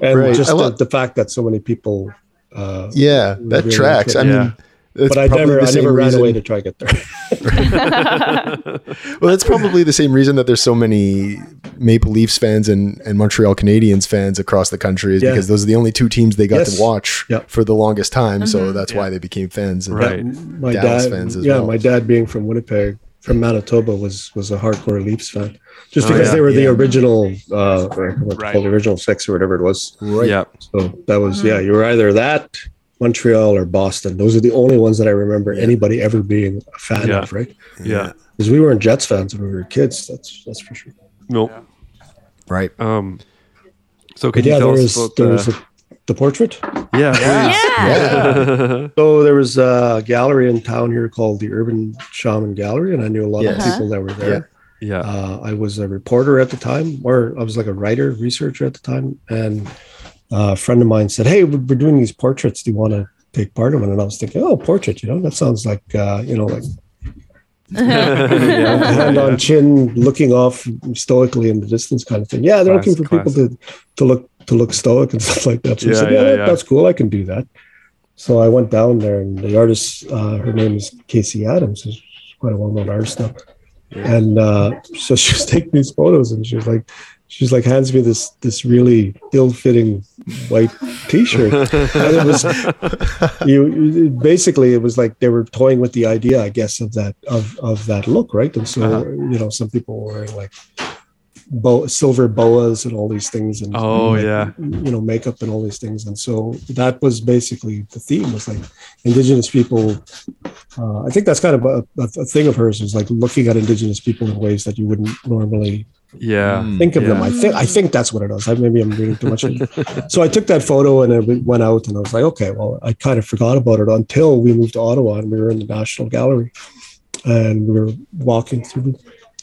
Speaker 5: and
Speaker 4: Right. I
Speaker 5: just the,
Speaker 4: love-
Speaker 5: the fact that so many people. Uh,
Speaker 4: Yeah, that
Speaker 5: Really
Speaker 4: tracks. I
Speaker 5: good.
Speaker 4: mean,
Speaker 1: Yeah.
Speaker 4: that's
Speaker 5: but I
Speaker 4: probably
Speaker 5: never,
Speaker 4: the
Speaker 5: I
Speaker 4: same
Speaker 5: never ran
Speaker 4: reason-
Speaker 5: away to try to get there.
Speaker 4: Well, that's probably the same reason that there's so many Maple Leafs fans and, and Montreal Canadiens fans across the country is
Speaker 5: Yeah.
Speaker 4: because those are the only two teams they got
Speaker 5: Yes.
Speaker 4: to watch
Speaker 5: Yeah.
Speaker 4: for the longest time. So
Speaker 3: Mm-hmm.
Speaker 4: that's why they became fans. And
Speaker 1: Right.
Speaker 5: my
Speaker 4: Dallas
Speaker 5: dad,
Speaker 4: fans as
Speaker 5: yeah,
Speaker 4: well.
Speaker 5: my dad being from Winnipeg, from Manitoba, was was a hardcore Leafs fan, just
Speaker 1: Oh,
Speaker 5: because
Speaker 1: yeah,
Speaker 5: they were the
Speaker 4: yeah.
Speaker 5: original, uh, or what they
Speaker 2: Right.
Speaker 5: call the original six or whatever it was.
Speaker 4: Right.
Speaker 1: Yeah.
Speaker 5: So that was yeah, you were either that Montreal or Boston. Those are the only ones that I remember anybody ever being a fan
Speaker 1: Yeah.
Speaker 5: of, right?
Speaker 1: Yeah.
Speaker 5: Because we weren't Jets fans when we were kids. That's that's for sure.
Speaker 1: Nope.
Speaker 4: Right.
Speaker 1: Um. So
Speaker 5: But
Speaker 1: could
Speaker 5: yeah,
Speaker 1: you
Speaker 5: there
Speaker 1: tell
Speaker 5: was
Speaker 1: us about
Speaker 5: there
Speaker 1: the,
Speaker 5: was a, the portrait.
Speaker 1: [laughs] yeah, please.
Speaker 3: Yeah.
Speaker 5: So there was a gallery in town here called the Urban Shaman Gallery, and I knew a lot
Speaker 4: Yes.
Speaker 5: of people that were there.
Speaker 4: Yeah.
Speaker 1: yeah,
Speaker 5: Uh, I was a reporter at the time, or I was like a writer, researcher at the time. And uh, a friend of mine said, Hey, we're we're doing these portraits. Do you want to take part in one? And I was thinking, Oh, portrait, you know, that sounds like, uh, you know, like [laughs]
Speaker 1: [laughs]
Speaker 5: hand on chin, looking off stoically in the distance kind of thing. Yeah, they're
Speaker 1: Class-
Speaker 5: looking for people to, to look to look stoic and [laughs] stuff like that. So I
Speaker 1: Yeah,
Speaker 5: said, yeah,
Speaker 1: yeah,
Speaker 5: that-
Speaker 1: yeah.
Speaker 5: that's cool. I can do that. So I went down there, and the artist, uh, her name is Casey Adams, who's quite a well-known artist now. And uh, so she was [laughs] taking these photos, and she was like, she's like hands me this this really ill-fitting white T-shirt, and it was you- you basically it was like they were toying with the idea i guess of that of of that look right and so
Speaker 1: Uh-huh.
Speaker 5: you know some people were wearing like bo- silver boas and all these things and
Speaker 1: Oh yeah,
Speaker 5: you know makeup and all these things and so that was basically the theme was like indigenous people uh, i think that's kind of a, a, a thing of hers was like looking at indigenous people in ways that you wouldn't normally
Speaker 1: yeah.
Speaker 5: think of them.
Speaker 1: Yeah.
Speaker 5: I think I think that's what it is. I, maybe I'm reading too much. into it. so I took that photo and it went out, and I was like, okay, well, I kind of forgot about it until we moved to Ottawa and we were in the National Gallery, and we were walking through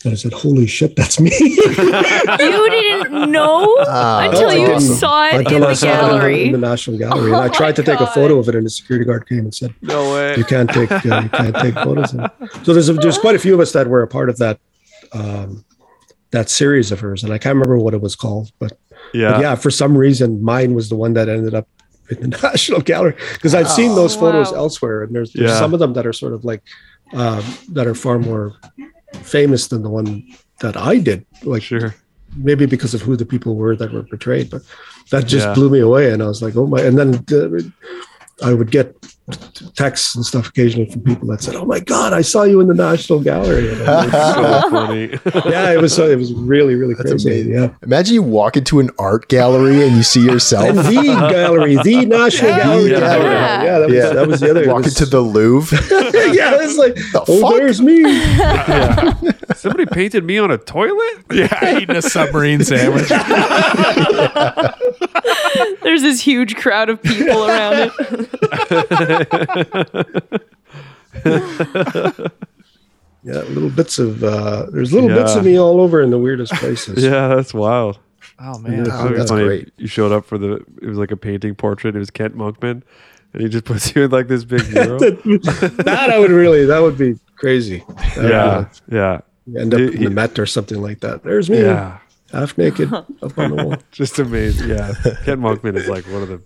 Speaker 5: And I said, "Holy shit, that's me!" [laughs]
Speaker 3: You didn't
Speaker 4: [laughs]
Speaker 3: know until
Speaker 4: that's
Speaker 3: you
Speaker 5: awesome.
Speaker 3: saw it in
Speaker 5: Until I
Speaker 3: the
Speaker 5: saw it in the- in the
Speaker 3: gallery.
Speaker 5: National Gallery,
Speaker 3: Oh
Speaker 5: and I
Speaker 3: my
Speaker 5: tried to take a
Speaker 3: God.
Speaker 5: photo of it, and the security guard came and said,
Speaker 1: No way.
Speaker 5: you can't take uh, you
Speaker 3: [laughs]
Speaker 5: can't take photos. of it. So there's a, there's quite a few of us that were a part of that um, that series of hers, and I can't remember what it was called, but yeah,
Speaker 1: yeah.
Speaker 5: but yeah for some reason mine was the one that ended up in the [laughs] National Gallery because I've seen those photos
Speaker 3: Wow.
Speaker 5: elsewhere, and there's, there's
Speaker 1: Yeah.
Speaker 5: some of them that are sort of like um, that are far more famous than the one that I did. Like [laughs]
Speaker 1: Sure.
Speaker 5: maybe because of who the people were that were portrayed, but that just
Speaker 1: Yeah.
Speaker 5: blew me away. And I was like, oh my! And then uh, I would get texts and stuff occasionally from people that said, "Oh my God, I saw you in the National Gallery." And I'm
Speaker 1: [laughs]
Speaker 5: like,
Speaker 1: So funny.
Speaker 5: yeah, it was so, it was really really crazy.
Speaker 4: amazing.
Speaker 5: Yeah,
Speaker 4: Imagine you walk into an art gallery and you see
Speaker 5: and
Speaker 4: yourself.
Speaker 5: the gallery,
Speaker 1: [laughs]
Speaker 5: the National Gallery.
Speaker 4: Yeah.
Speaker 5: gallery. Yeah.
Speaker 4: Yeah.
Speaker 5: [laughs] that was that was the other. it
Speaker 4: Walk
Speaker 5: was-
Speaker 4: into the Louvre.
Speaker 5: [laughs] yeah, it's like oh,
Speaker 4: fuck?
Speaker 5: there's
Speaker 4: [laughs]
Speaker 5: me.
Speaker 1: Somebody painted me on a toilet?
Speaker 2: yeah, eating a [laughs] submarine sandwich.
Speaker 3: There's this huge crowd of people around
Speaker 4: [laughs]
Speaker 3: it.
Speaker 5: Yeah, little bits of uh, there's little bits
Speaker 1: Yeah.
Speaker 5: of me all over in the weirdest places.
Speaker 1: Yeah, that's wild.
Speaker 2: Oh man,
Speaker 1: That would be
Speaker 4: that's
Speaker 1: funny if
Speaker 4: great.
Speaker 1: You showed up for the. It was like a painting portrait. It was Kent Monkman, and he just puts you in like this
Speaker 5: [laughs]
Speaker 1: big mural.
Speaker 5: that I would really that would be crazy. That
Speaker 1: [laughs]
Speaker 5: would
Speaker 1: yeah, yeah,
Speaker 5: You end up
Speaker 1: It-
Speaker 5: in the Met or something like that. There's me,
Speaker 1: yeah.
Speaker 5: half naked, up on the wall.
Speaker 1: Just amazing. Yeah, Kent Monkman is like one of the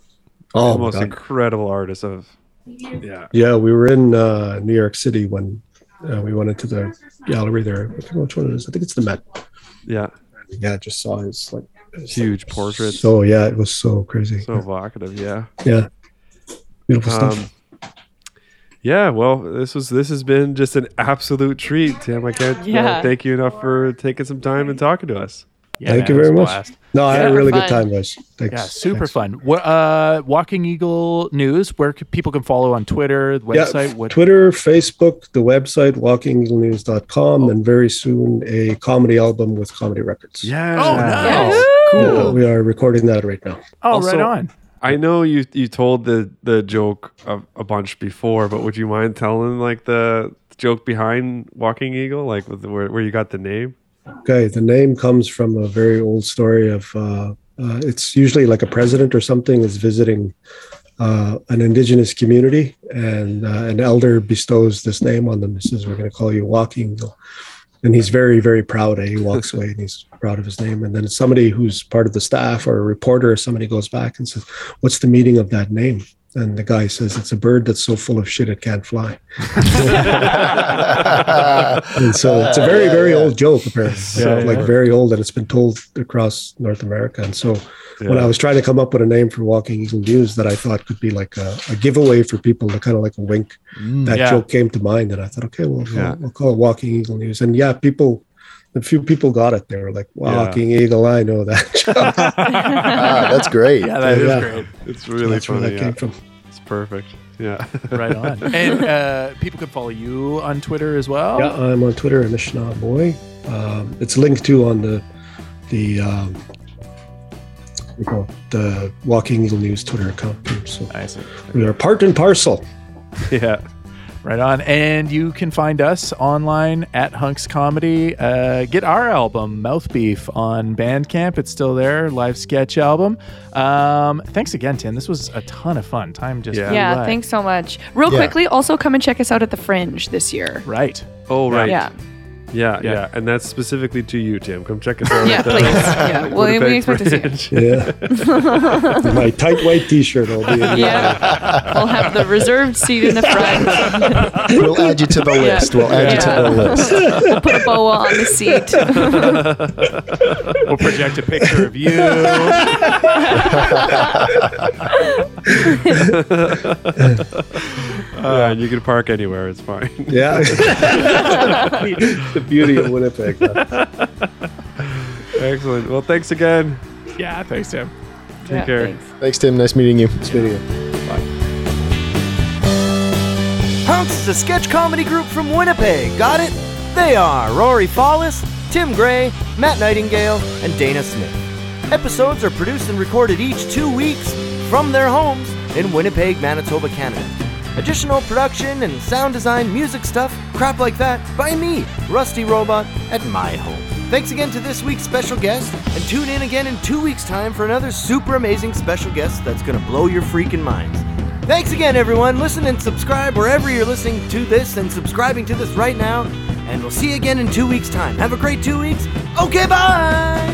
Speaker 5: Oh, my
Speaker 1: most
Speaker 5: God.
Speaker 1: incredible artists of. Yeah.
Speaker 5: yeah. We were in uh, New York City when uh, we went into the gallery there. I forget which one it is. I think it's the Met.
Speaker 1: Yeah.
Speaker 5: Yeah, I just saw his like it's like-
Speaker 1: Huge portraits. So,
Speaker 5: So yeah, it was so crazy.
Speaker 1: evocative. Yeah.
Speaker 5: yeah, beautiful
Speaker 1: Um,
Speaker 5: stuff.
Speaker 1: yeah. Well, this was this has been just an absolute treat, Tim. I can't uh,
Speaker 3: Yeah.
Speaker 1: thank you enough for taking some time and talking to us.
Speaker 2: Yeah,
Speaker 5: Thank you
Speaker 2: man, it
Speaker 5: very
Speaker 2: was a
Speaker 5: much.
Speaker 2: blast.
Speaker 5: No, I had a
Speaker 3: super
Speaker 5: really good
Speaker 3: fun.
Speaker 5: time, guys. Thanks.
Speaker 2: Yeah, super
Speaker 5: Thanks.
Speaker 2: fun. What uh, Walking Eagle News? Where could, people can follow on Twitter, the website.
Speaker 5: yeah,
Speaker 2: what,
Speaker 5: Twitter, Facebook, the website, walkingeaglenews.com,
Speaker 2: Oh.
Speaker 5: and very soon a comedy album with comedy records.
Speaker 1: Yeah.
Speaker 2: Oh, nice.
Speaker 5: Uh,
Speaker 2: Cool.
Speaker 5: we are recording that right now.
Speaker 2: Oh,
Speaker 1: Also-
Speaker 2: right on.
Speaker 1: I know you you told the the joke a, a bunch before, but would you mind telling like the joke behind Walking Eagle, like with the, where where you got the name?
Speaker 5: Okay, the name comes from a very old story of uh, uh, it's usually like a president or something is visiting uh, an indigenous community, and uh, an elder bestows this name on them. He says, "We're going to call you Walking Eagle," and he's very, very proud. Eh? He walks away and he's proud of his name. And then somebody who's part of the staff or a reporter or somebody goes back and says, "What's the meaning of that name?" And the guy says, "It's a bird that's so full of shit it can't fly." And so
Speaker 1: [laughs]
Speaker 5: it's a very, very old joke, apparently.
Speaker 1: So
Speaker 5: Yeah, like
Speaker 1: smart.
Speaker 5: very old, and it's been told across North America. And so when
Speaker 1: Yeah.
Speaker 5: I was trying to come up with a name for Walking Eagle News that I thought could be like a, a giveaway for people to kind of like a wink,
Speaker 4: Mm,
Speaker 5: that
Speaker 2: Yeah.
Speaker 5: joke came to mind. And I thought, okay, well, we'll-
Speaker 1: Yeah.
Speaker 5: we'll call it Walking Eagle News. And yeah, people, a few people got it. They were like, Walking Eagle, I know that. [laughs] joke."
Speaker 4: Ah, that's great.
Speaker 2: Yeah, that is
Speaker 5: yeah.
Speaker 2: great.
Speaker 1: It's really
Speaker 5: That's where
Speaker 1: funny.
Speaker 5: that
Speaker 1: yeah.
Speaker 5: came from.
Speaker 1: It's perfect. Yeah. [laughs]
Speaker 2: Right on. [laughs] And uh, people can follow you on Twitter as well.
Speaker 5: Yeah, I'm on Twitter, Anishinaabe Boy. Um, it's linked to on the the um, what do you call it? the Walking Eagle News Twitter account. too. So
Speaker 2: Nice.
Speaker 5: we are part and parcel.
Speaker 1: yeah.
Speaker 2: Right on. And you can find us online at Hunks Comedy. Uh, get our album, Mouth Beef, on Bandcamp. It's still there, live sketch album. Um, thanks again, Tim. This was a ton of fun. Time just
Speaker 1: Yeah.
Speaker 2: flew
Speaker 3: Yeah,
Speaker 2: by.
Speaker 3: thanks so much. Real
Speaker 4: Yeah.
Speaker 3: quickly, also come and check us out at the Fringe this year.
Speaker 2: Right.
Speaker 1: Oh right.
Speaker 3: Yeah,
Speaker 1: Yeah,
Speaker 2: Yeah.
Speaker 1: yeah. And that's specifically to you, Tim. Come check us out.
Speaker 3: yeah,
Speaker 1: at the [laughs]
Speaker 3: please. Yeah, well, we,
Speaker 1: Winnipeg
Speaker 3: expect to see you.
Speaker 1: Fringe.
Speaker 5: Yeah, my tight white T-shirt will be. In yeah.
Speaker 4: [laughs]
Speaker 3: Yeah, we'll have the reserved seat in the front.
Speaker 4: We'll add you to the list. We'll add
Speaker 3: Yeah.
Speaker 4: you to the list.
Speaker 3: We'll put a boa on the seat.
Speaker 2: We'll project a picture
Speaker 1: [laughs]
Speaker 2: of you. [laughs]
Speaker 1: Uh, and you can park anywhere. It's fine.
Speaker 5: Yeah, the beauty of Winnipeg.
Speaker 1: Excellent. Well, thanks again.
Speaker 2: yeah, thanks, Tim.
Speaker 1: Take
Speaker 3: Yeah,
Speaker 1: care.
Speaker 3: thanks.
Speaker 4: Thanks, Tim. Nice meeting you.
Speaker 5: It's video.
Speaker 7: Hunks is a sketch comedy group from Winnipeg. Got it? They are Rory Fallis, Tim Gray, Matt Nightingale, and Dana Smith. Episodes are produced and recorded each two weeks from their homes in Winnipeg, Manitoba, Canada. Additional production and sound design, music stuff, crap like that, by me, Rusty Robot, at my home. Thanks again to this week's special guest, and tune in again in two weeks' time for another super amazing special guest that's gonna blow your freaking minds. Thanks again, everyone. Listen and subscribe wherever you're listening to this and subscribing to this right now. And we'll see you again in two weeks' time. Have a great two weeks. Okay, bye!